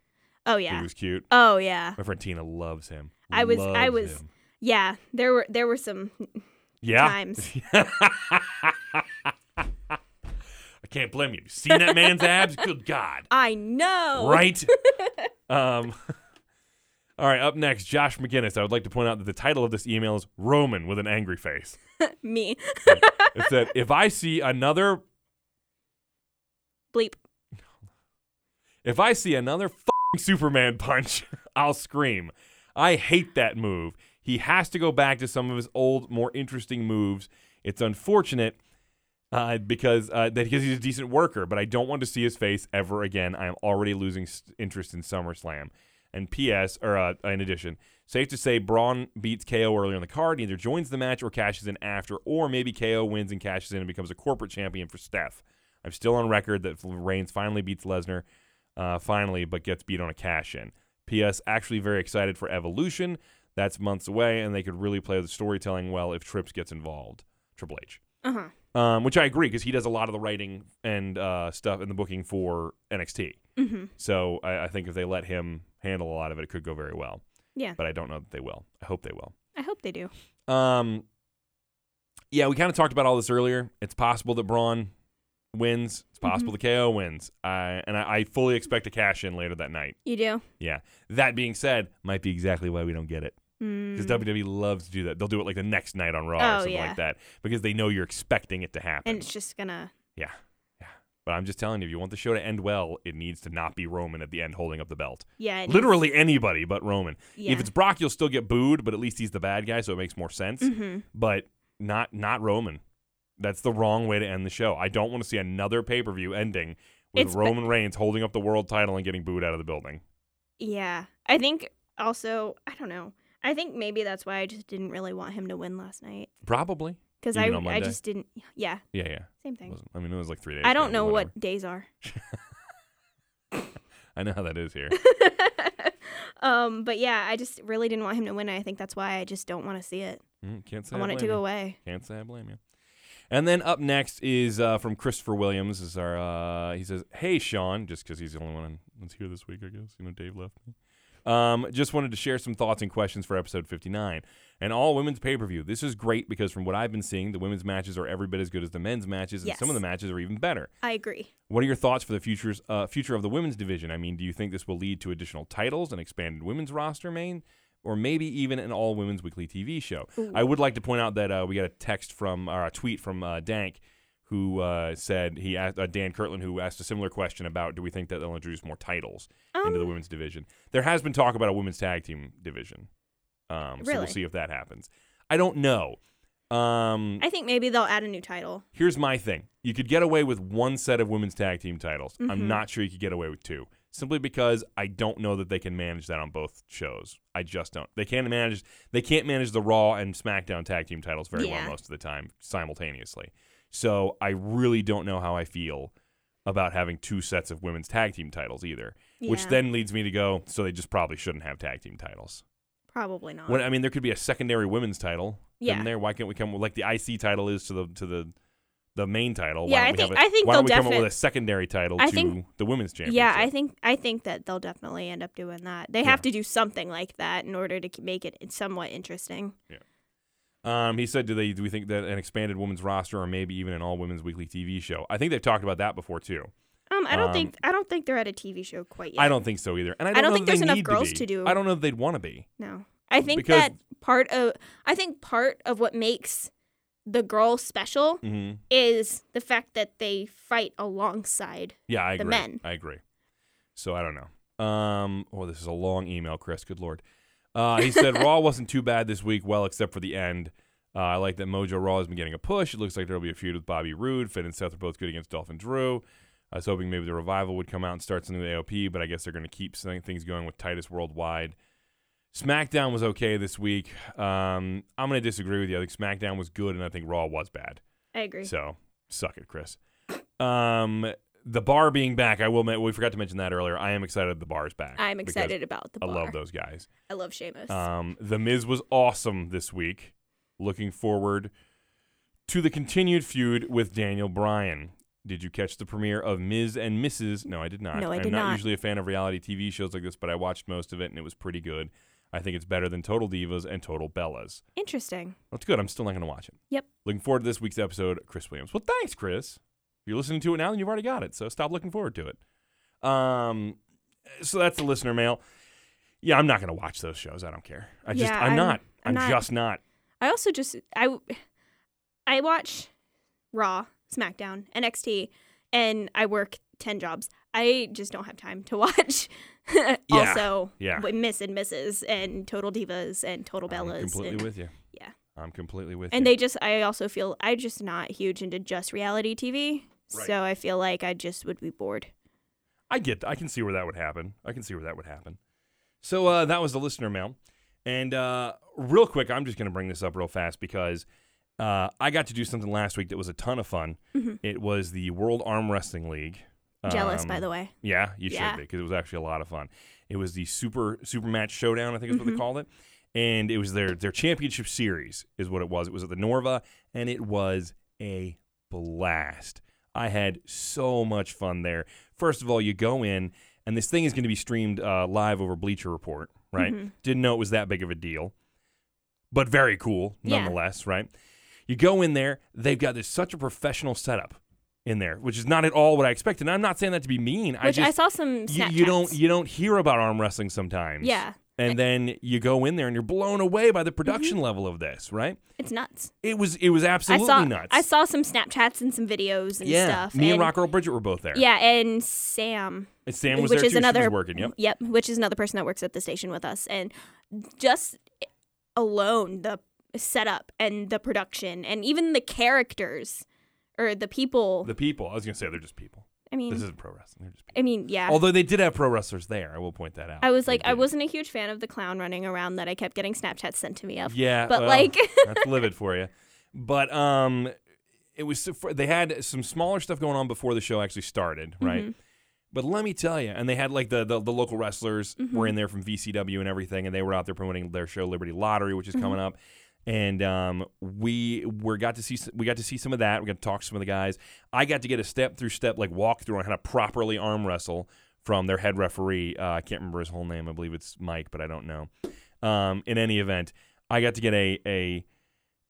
S2: Oh
S1: He
S2: yeah.
S1: was cute.
S2: Oh yeah.
S1: My friend Tina loves him.
S2: I was- I
S1: Loves
S2: was-
S1: him.
S2: Yeah. There were there were some
S1: Yeah.
S2: times.
S1: I can't blame you. You seen that man's abs? Good God.
S2: I know.
S1: Right? um, all right, up next, Josh McGinnis. I would like to point out that the title of this email is Roman with an angry face.
S2: Me.
S1: It said, If I see another
S2: Bleep.
S1: If I see another fing Superman punch, I'll scream. I hate that move. He has to go back to some of his old, more interesting moves. It's unfortunate uh, because uh, that because he's a decent worker, but I don't want to see his face ever again. I am already losing s- interest in SummerSlam. And P.S. or uh, in addition, safe to say Braun beats KO earlier on the card, either joins the match or cashes in after, or maybe KO wins and cashes in and becomes a corporate champion for Steph. I'm still on record that Reigns finally beats Lesnar uh, finally, but gets beat on a cash in. P.S. Actually, very excited for Evolution. That's months away, and they could really play the storytelling well if Trips gets involved. Triple H,
S2: Uh huh.
S1: um, which I agree because he does a lot of the writing and uh, stuff and the booking for NXT.
S2: Mm-hmm.
S1: So I, I think if they let him handle a lot of it, it could go very well.
S2: Yeah.
S1: But I don't know that they will. I hope they will.
S2: I hope they do.
S1: Um, yeah, we kind of talked about all this earlier. It's possible that Braun wins. It's
S2: Mm-hmm.
S1: possible the KO wins. I and I, I fully expect a cash in later that night.
S2: You do.
S1: Yeah. That being said, might be exactly why we don't get it
S2: Mm.
S1: because WWE E loves to do that. They'll do it like the next night on Raw or
S2: Oh,
S1: something
S2: yeah.
S1: like that because they know you're expecting it to happen.
S2: And it's just gonna.
S1: yeah. Yeah. But I'm just telling you, if you want the show to end well, it needs to not be Roman at the end holding up the belt.
S2: Yeah. it needs-
S1: Literally anybody but Roman.
S2: Yeah.
S1: If it's Brock, you'll still get booed, but at least he's the bad guy, so it makes more sense.
S2: Mhm.
S1: But not not Roman. That's the wrong way to end the show. I don't want to see another pay per view ending with
S2: It's ba-
S1: Roman Reigns holding up the world title and getting booed out of the building.
S2: Yeah. I think also I don't know. I think maybe that's why I just didn't really want him to win last night
S1: Probably.
S2: because I
S1: Even on
S2: I
S1: Monday?
S2: just didn't. Yeah.
S1: Yeah, yeah.
S2: Same
S1: It
S2: thing.
S1: wasn't- I mean, it was like three days.
S2: I
S1: ago,
S2: don't
S1: but
S2: know
S1: whatever.
S2: what days are.
S1: I know how that is here.
S2: um, but yeah, I just really didn't want him to win. and I think that's why I just don't want to see it.
S1: Mm, can't say
S2: I want it
S1: blame
S2: to go
S1: you.
S2: away.
S1: Can't say I blame you. And then up next is uh, from Christopher Williams. Is our uh, he says, "Hey Sean," just because he's the only one that's here this week, I guess. You know, Dave left me. Um, just wanted to share some thoughts and questions for episode 59. An all women's pay per view. This is great because from what I've been seeing, the women's matches are every bit as good as the men's matches, and
S2: Yes.
S1: some of the matches are even better.
S2: I agree.
S1: What are your thoughts for the futures uh, future of the women's division? I mean, do you think this will lead to additional titles and expanded women's roster, main, or maybe even an all women's weekly TV show? I would like to point out that uh, we got a text from or a tweet from uh, Dank, who uh, said he asked uh, Dan Kirtland, who asked a similar question about do we think that they'll introduce more titles into the
S2: Um,
S1: women's division? There has been talk about a women's tag team division, um, so we'll
S2: Really?
S1: see if that happens. I don't know. Um,
S2: I think maybe they'll add a new title.
S1: here's my thing you could get away with one set of women's tag team titles
S2: Mhm.
S1: i'm not sure you could get away with two simply because I don't know that they can manage that on both shows. I just don't. They can't manage they can't manage the Raw and SmackDown tag team titles very
S2: Yeah.
S1: well most of the time simultaneously. So I really don't know how I feel about having two sets of women's tag team titles either. Which
S2: Yeah.
S1: then leads me to go, so they just probably shouldn't have tag team titles.
S2: Probably not.
S1: When I mean, there could be a secondary women's title
S2: Um, Yeah.
S1: in there. Why can't we come like the IC title is to the to the the main title?
S2: Yeah,
S1: why
S2: I
S1: don't we have
S2: think-
S1: a-
S2: I think
S1: why don't we
S2: they'll
S1: come up with
S2: definite-
S1: a secondary title
S2: I
S1: to
S2: think-
S1: the women's championship?
S2: yeah, I think I think that they'll definitely end up doing that. They have to do something like that in order to k- make it somewhat interesting.
S1: Um, he said, do they do we think that an expanded women's roster or maybe even an all women's weekly TV show? I think they've talked about that before too.
S2: Um, I don't
S1: Um,
S2: think I don't think they're at a TV show quite yet.
S1: I don't think so either, and I don't,
S2: don't
S1: know
S2: think
S1: that
S2: there's
S1: they
S2: enough
S1: need
S2: girls
S1: be.
S2: to do-
S1: I don't know that they'd want to be.
S2: No, I think
S1: Because-
S2: that part of I think part of what makes the girls special
S1: hmm
S2: is the fact that they fight alongside.
S1: Yeah, I
S2: the
S1: agree.
S2: men.
S1: I agree. So I don't know. Um, oh, this is a long email, Chris. Good lord. Uh, he said Raw wasn't too bad this week. Well, except for the end. Uh, I like that Mojo Raw has been getting a push. It looks like there'll be a feud with Bobby Roode. Finn and Seth are both good against Dolphin Drew. I was hoping maybe the revival would come out and start something with AOP, but I guess they're going to keep some- things going with Titus Worldwide. SmackDown was okay this week. Um, I'm going to disagree with you. I think SmackDown was good, and I think Raw was bad.
S2: I agree.
S1: So suck it, Chris. Um, the bar being back, I will. Ma- we forgot to mention that earlier. I am excited the bar is back.
S2: I'm
S1: because
S2: excited about the
S1: I
S2: bar.
S1: love those guys.
S2: I love Sheamus.
S1: Um, the Miz was awesome this week. Looking forward to the continued feud with Daniel Bryan. Did you catch the premiere of Miz and Mrs.? No, I did not.
S2: No, I
S1: am
S2: did
S1: not
S2: not.
S1: usually a fan of reality TV shows like this, but I watched most of it and it was pretty good. I think it's better than Total Divas and Total Bellas.
S2: Interesting.
S1: That's good. I'm still not going to watch it.
S2: Yep.
S1: Looking forward to this week's episode, Chris Williams. Well, thanks, Chris. If you're listening to it now, then you've already got it. So stop looking forward to it. Um, so that's the listener mail. Yeah, I'm not going to watch those shows. I don't care. I just,
S2: Yeah,
S1: I'm,
S2: I'm-
S1: not. I'm,
S2: I'm not.
S1: just not.
S2: I also just I I watch Raw, SmackDown, NXT, and I work ten jobs. I just don't have time to watch. also,
S1: yeah.
S2: wi- Miss and Misses and Total Divas and Total Bellas.
S1: I'm completely
S2: and,
S1: with you.
S2: yeah.
S1: I'm completely with
S2: and
S1: you.
S2: they just I also feel I just not huge into just reality TV.
S1: Right.
S2: So I feel like I just would be bored.
S1: I get. I can see where that would happen. I can see where that would happen. So uh, that was the listener mail, and uh, real quick, I'm just going to bring this up real fast because uh, I got to do something last week that was a ton of fun. It was the World Arm Wrestling League.
S2: Mm-hmm. Jealous,
S1: Um,
S2: by the way.
S1: Yeah, you should
S2: Yeah.
S1: be because it was actually a lot of fun. It was the Super Super Match Showdown, I think is what
S2: Mm-hmm.
S1: they called it, and it was their their championship series is what it was. It was at the Norva, and it was a blast. I had so much fun there. First of all, you go in, and this thing is going to be streamed uh, live over Bleacher Report, right?
S2: Mm-hmm.
S1: Didn't know it was that big of a deal, but very cool
S2: Yeah.
S1: nonetheless, right? You go in there, they've got this such a professional setup in there, which is not at all what I expected. And I'm not saying that to be mean. I
S2: Which I,
S1: just
S2: saw some
S1: you,
S2: Snapchats.
S1: you don't you don't hear about arm wrestling sometimes.
S2: Yeah.
S1: And then you go in there and you're blown away by the production level of this, right?
S2: It's nuts.
S1: It was it was absolutely
S2: I saw
S1: nuts.
S2: I saw some Snapchats and some videos and
S1: yeah.
S2: stuff.
S1: Me and,
S2: and
S1: Rock Girl Bridget were both there.
S2: Yeah, and Sam,
S1: And Sam was
S2: which
S1: there
S2: is
S1: too.
S2: another
S1: she was working. Yep.
S2: which is another person that works at the station with us, and just alone the setup and the production and even the characters or the people.
S1: The people. I was gonna say they're just people.
S2: I mean,
S1: This isn't pro wrestling. They're just people.
S2: I mean, yeah.
S1: Although they did have pro wrestlers there, I will point that out.
S2: I was
S1: They
S2: like, I
S1: did.
S2: wasn't a huge fan of the clown running around that I kept getting Snapchats sent to me of.
S1: Yeah,
S2: but
S1: well,
S2: like,
S1: that's livid for you. But um, it was they had some smaller stuff going on before the show actually started, right?
S2: Mm-hmm.
S1: But let me tell you, and they had like the the, the local wrestlers
S2: Mm-hmm.
S1: were in there from VCW and everything, and they were out there promoting their show Liberty Lottery, which is
S2: Mm-hmm.
S1: coming up. And um, we were got to see s- we got to see some of that. We got to talk to some of the guys. I got to get a step through step like walkthrough on how to properly arm wrestle from their head referee. Uh, I can't remember his whole name. I believe it's Mike, but I don't know. Um, in any event, I got to get a a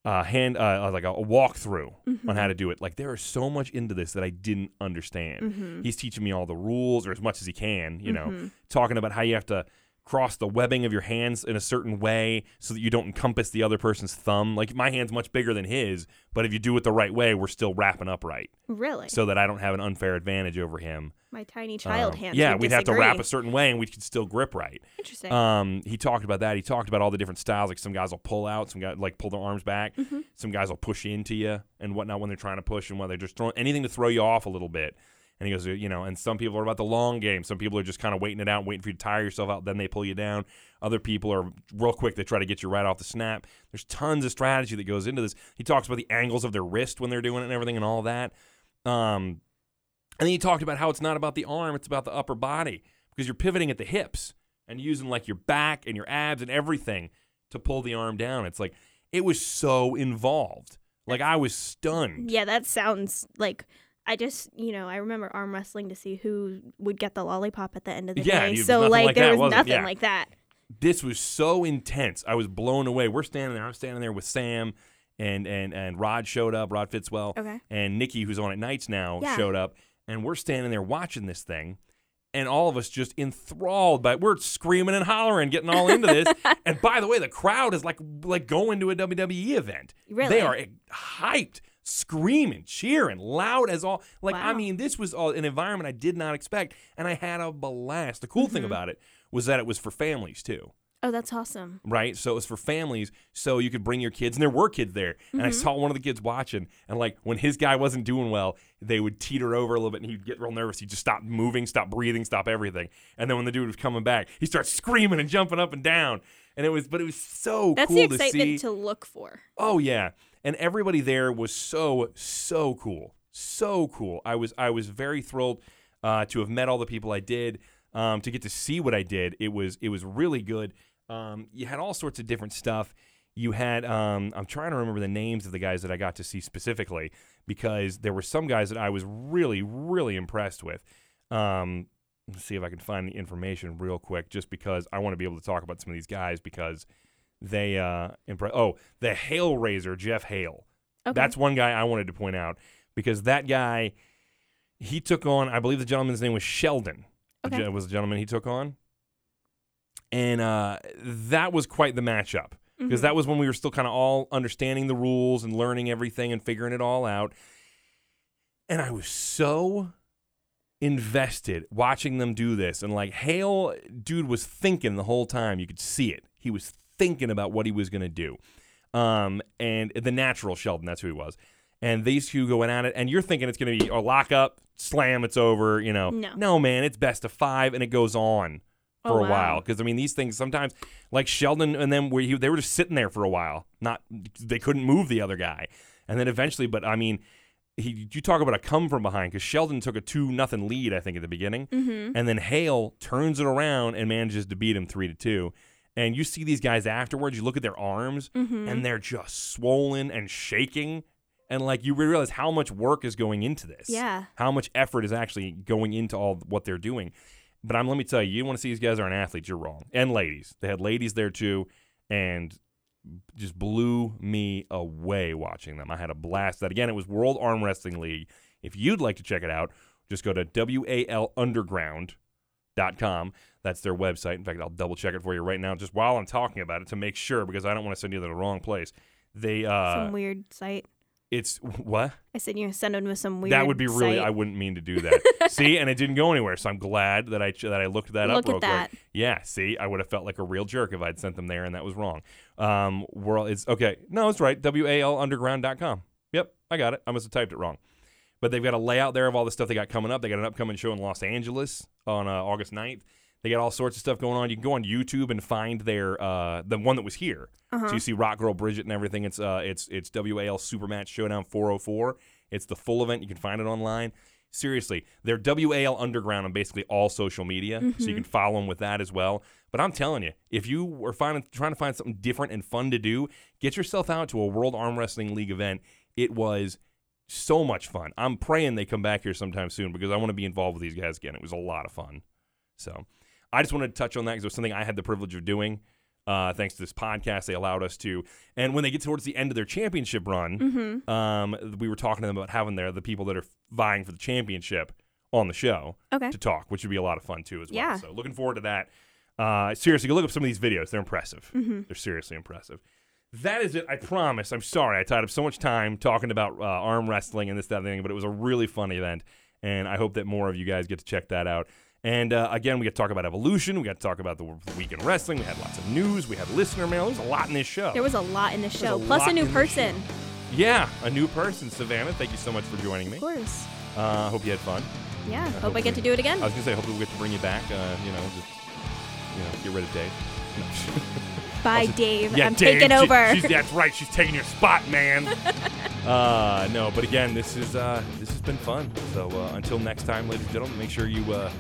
S1: uh, hand uh, uh, like a, a walkthrough on
S2: Mm-hmm.
S1: how to do it. Like there is so much into this that I didn't understand.
S2: Mm-hmm.
S1: He's teaching me all the rules or as much as he can. You know, talking about how you have to cross the webbing of your hands in a certain way so that you don't encompass the other person's thumb. Like my hand's much bigger than his, but if you do it the right way, we're still wrapping up right,
S2: really,
S1: so that I don't have an unfair advantage over him.
S2: my tiny child
S1: Um,
S2: hands.
S1: Yeah,
S2: would
S1: we'd have to wrap
S2: disagree.
S1: a certain way and we could still grip right.
S2: Interesting.
S1: Um, he talked about that. He talked about all the different styles. Like some guys will pull out, some guys like pull their arms
S2: Mm.
S1: back.
S2: Mm-hmm.
S1: Some guys will push into you and whatnot when they're trying to push and when they're just throwing anything to throw you off a little bit. And he goes, you know, and some people are about the long game. Some people are just kind of waiting it out, waiting for you to tire yourself out, then they pull you down. Other people are real quick, they try to get you right off the snap. There's tons of strategy that goes into this. He talks about the angles of their wrist when they're doing it and everything and all that. Um, and then he talked about how it's not about the arm, it's about the upper body because you're pivoting at the hips and using like your back and your abs and everything to pull the arm down. It's like, it was so involved. Like, I was stunned.
S2: Yeah, that sounds like I just you know I remember arm wrestling to see who would get the lollipop at the end of the
S1: Yeah,
S2: day.
S1: it was
S2: So
S1: nothing
S2: like,
S1: like
S2: there
S1: that,
S2: was
S1: was it?
S2: nothing
S1: Yeah.
S2: like that.
S1: this was so intense. I was blown away. We're standing there. I'm standing there with Sam, and and and Rod showed up. Rod Fitzwell
S2: Okay.
S1: and Nikki, who's on at nights now,
S2: Yeah.
S1: showed up, and we're standing there watching this thing, and all of us just enthralled by. We're screaming and hollering, getting all into this. and by the way, the crowd is like like going to a WWE event.
S2: Really?
S1: They are hyped, screaming, cheering, loud as all. Like I
S2: Wow.
S1: mean, this was all an environment I did not expect, and I had a blast. The cool thing
S2: Mm-hmm.
S1: about it was that it was for families too
S2: Oh, that's awesome.
S1: right? So it was for families, so you could bring your kids, and there were kids there. And
S2: Mm-hmm.
S1: I saw one of the kids watching, and like when his guy wasn't doing well, they would teeter over a little bit, and he'd get real nervous. He'd just stop moving, stop breathing, stop everything. And then when the dude was coming back, he starts screaming and jumping up and down. And it was, but it was so
S2: That's
S1: cool
S2: the
S1: to see.
S2: excitement to look for.
S1: Oh yeah, and everybody there was so so cool, so cool. I was I was very thrilled uh, to have met all the people I did, um, to get to see what I did. It was it was really good. Um, you had all sorts of different stuff. You had um, I'm trying to remember the names of the guys that I got to see specifically because there were some guys that I was really really impressed with. Um, let's see if I can find the information real quick, just because I want to be able to talk about some of these guys because they uh impre- oh the hail raiser jeff hale
S2: Okay.
S1: that's one guy i wanted to point out because that guy he took on i believe the gentleman's name was sheldon The
S2: Okay.
S1: gen- was the gentleman he took on and uh that was quite the matchup
S2: Mm-hmm.
S1: because that was when we were still kind of all understanding the rules and learning everything and figuring it all out and i was so invested watching them do this. And like Hale, dude was thinking the whole time. You could see it. He was thinking about what he was going to do. Um, and the natural Sheldon, that's who he was. And these two going at it, and you're thinking it's going to be a lock up, slam, it's over, you know.
S2: No.
S1: man, it's best of five, and it goes on
S2: Oh,
S1: for a
S2: wow.
S1: while. Because, I mean, these things sometimes, like Sheldon and them, were, they were just sitting there for a while. Not They couldn't move the other guy. And then eventually, but I mean, he, you talk about a come from behind because Sheldon took a two nothing lead, I think, at the beginning, and then Hale turns it around and manages to beat him three to two. And you see these guys afterwards. You look at their arms, and they're just swollen and shaking, and like you realize how much work is going into this.
S2: Yeah.
S1: how much effort is actually going into all what they're doing. But I'm let me tell you, you want to see these guys are an athlete. You're wrong. And ladies, they had ladies there too, and just blew me away watching them. I had a blast. That again, it was World Arm Wrestling League. If you'd like to check it out, just go to walunderground.com. That's their website. In fact, I'll double check it for you right now, just while I'm talking about it, to make sure because I don't want to send you to the wrong place. They, uh,
S2: some weird site.
S1: it's what
S2: I said you send them with some weird.
S1: that would be really.
S2: site.
S1: I wouldn't mean to do that. see, and it didn't go anywhere, so I'm glad that I ch- that I looked that
S2: Look
S1: up
S2: at
S1: real
S2: that.
S1: quick. Yeah, see, I would have felt like a real jerk if I'd sent them there, and that was wrong. Um, world, it's okay. No, it's right. walunderground.com. Yep, I got it. I must have typed it wrong. But they've got a layout there of all the stuff they got coming up. They got an upcoming show in Los Angeles on uh, August 9th. They got all sorts of stuff going on. You can go on YouTube and find their uh, the one that was here.
S2: Uh-huh.
S1: So you see Rock Girl Bridget and everything. It's uh, it's it's WAL Supermatch Showdown 404. It's the full event. You can find it online. Seriously, they're WAL Underground on basically all social media, so you can follow them with that as well. But I'm telling you, if you are finding, trying to find something different and fun to do, get yourself out to a World Arm Wrestling League event. It was so much fun. I'm praying they come back here sometime soon because I want to be involved with these guys again. It was a lot of fun. So I just wanted to touch on that because it was something I had the privilege of doing. Uh, thanks to this podcast, they allowed us to. And when they get towards the end of their championship run,
S2: Mm-hmm.
S1: um, we were talking to them about having their the people that are vying for the championship on the show
S2: Okay.
S1: to talk, which would be a lot of fun too as well.
S2: Yeah.
S1: So looking forward to that. Uh, seriously, go look up some of these videos. They're impressive.
S2: Mm-hmm.
S1: They're seriously impressive. That is it. I promise. I'm sorry. I tied up so much time talking about uh, arm wrestling and this, that, and the thing, but it was a really fun event. And I hope that more of you guys get to check that out. And uh, again, we got to talk about evolution. We got to talk about the, the week in wrestling. We had lots of news. We had listener mail. There's a lot in this show.
S2: There was a lot in the
S1: a
S2: show, plus a
S1: lot
S2: new
S1: in the show.
S2: person.
S1: yeah, a new person, Savannah. Thank you so much for joining me.
S2: Of course.
S1: Uh, hope you had fun.
S2: Yeah. Hope I
S1: hopefully.
S2: get to do it again.
S1: I was gonna say, hopefully we get to bring you back. Uh, you know, just you know, get rid of Dave.
S2: Bye, Dave.
S1: yeah,
S2: I'm
S1: Dave,
S2: taking
S1: she-
S2: over.
S1: she's- that's right. She's taking your spot, man. uh, no, but again, this is uh, this has been fun. So uh, until next time, ladies and gentlemen, make sure you uh,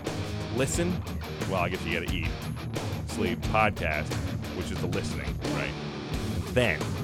S1: listen. Well, I guess you gotta eat, sleep, podcast, which is the listening, right? Then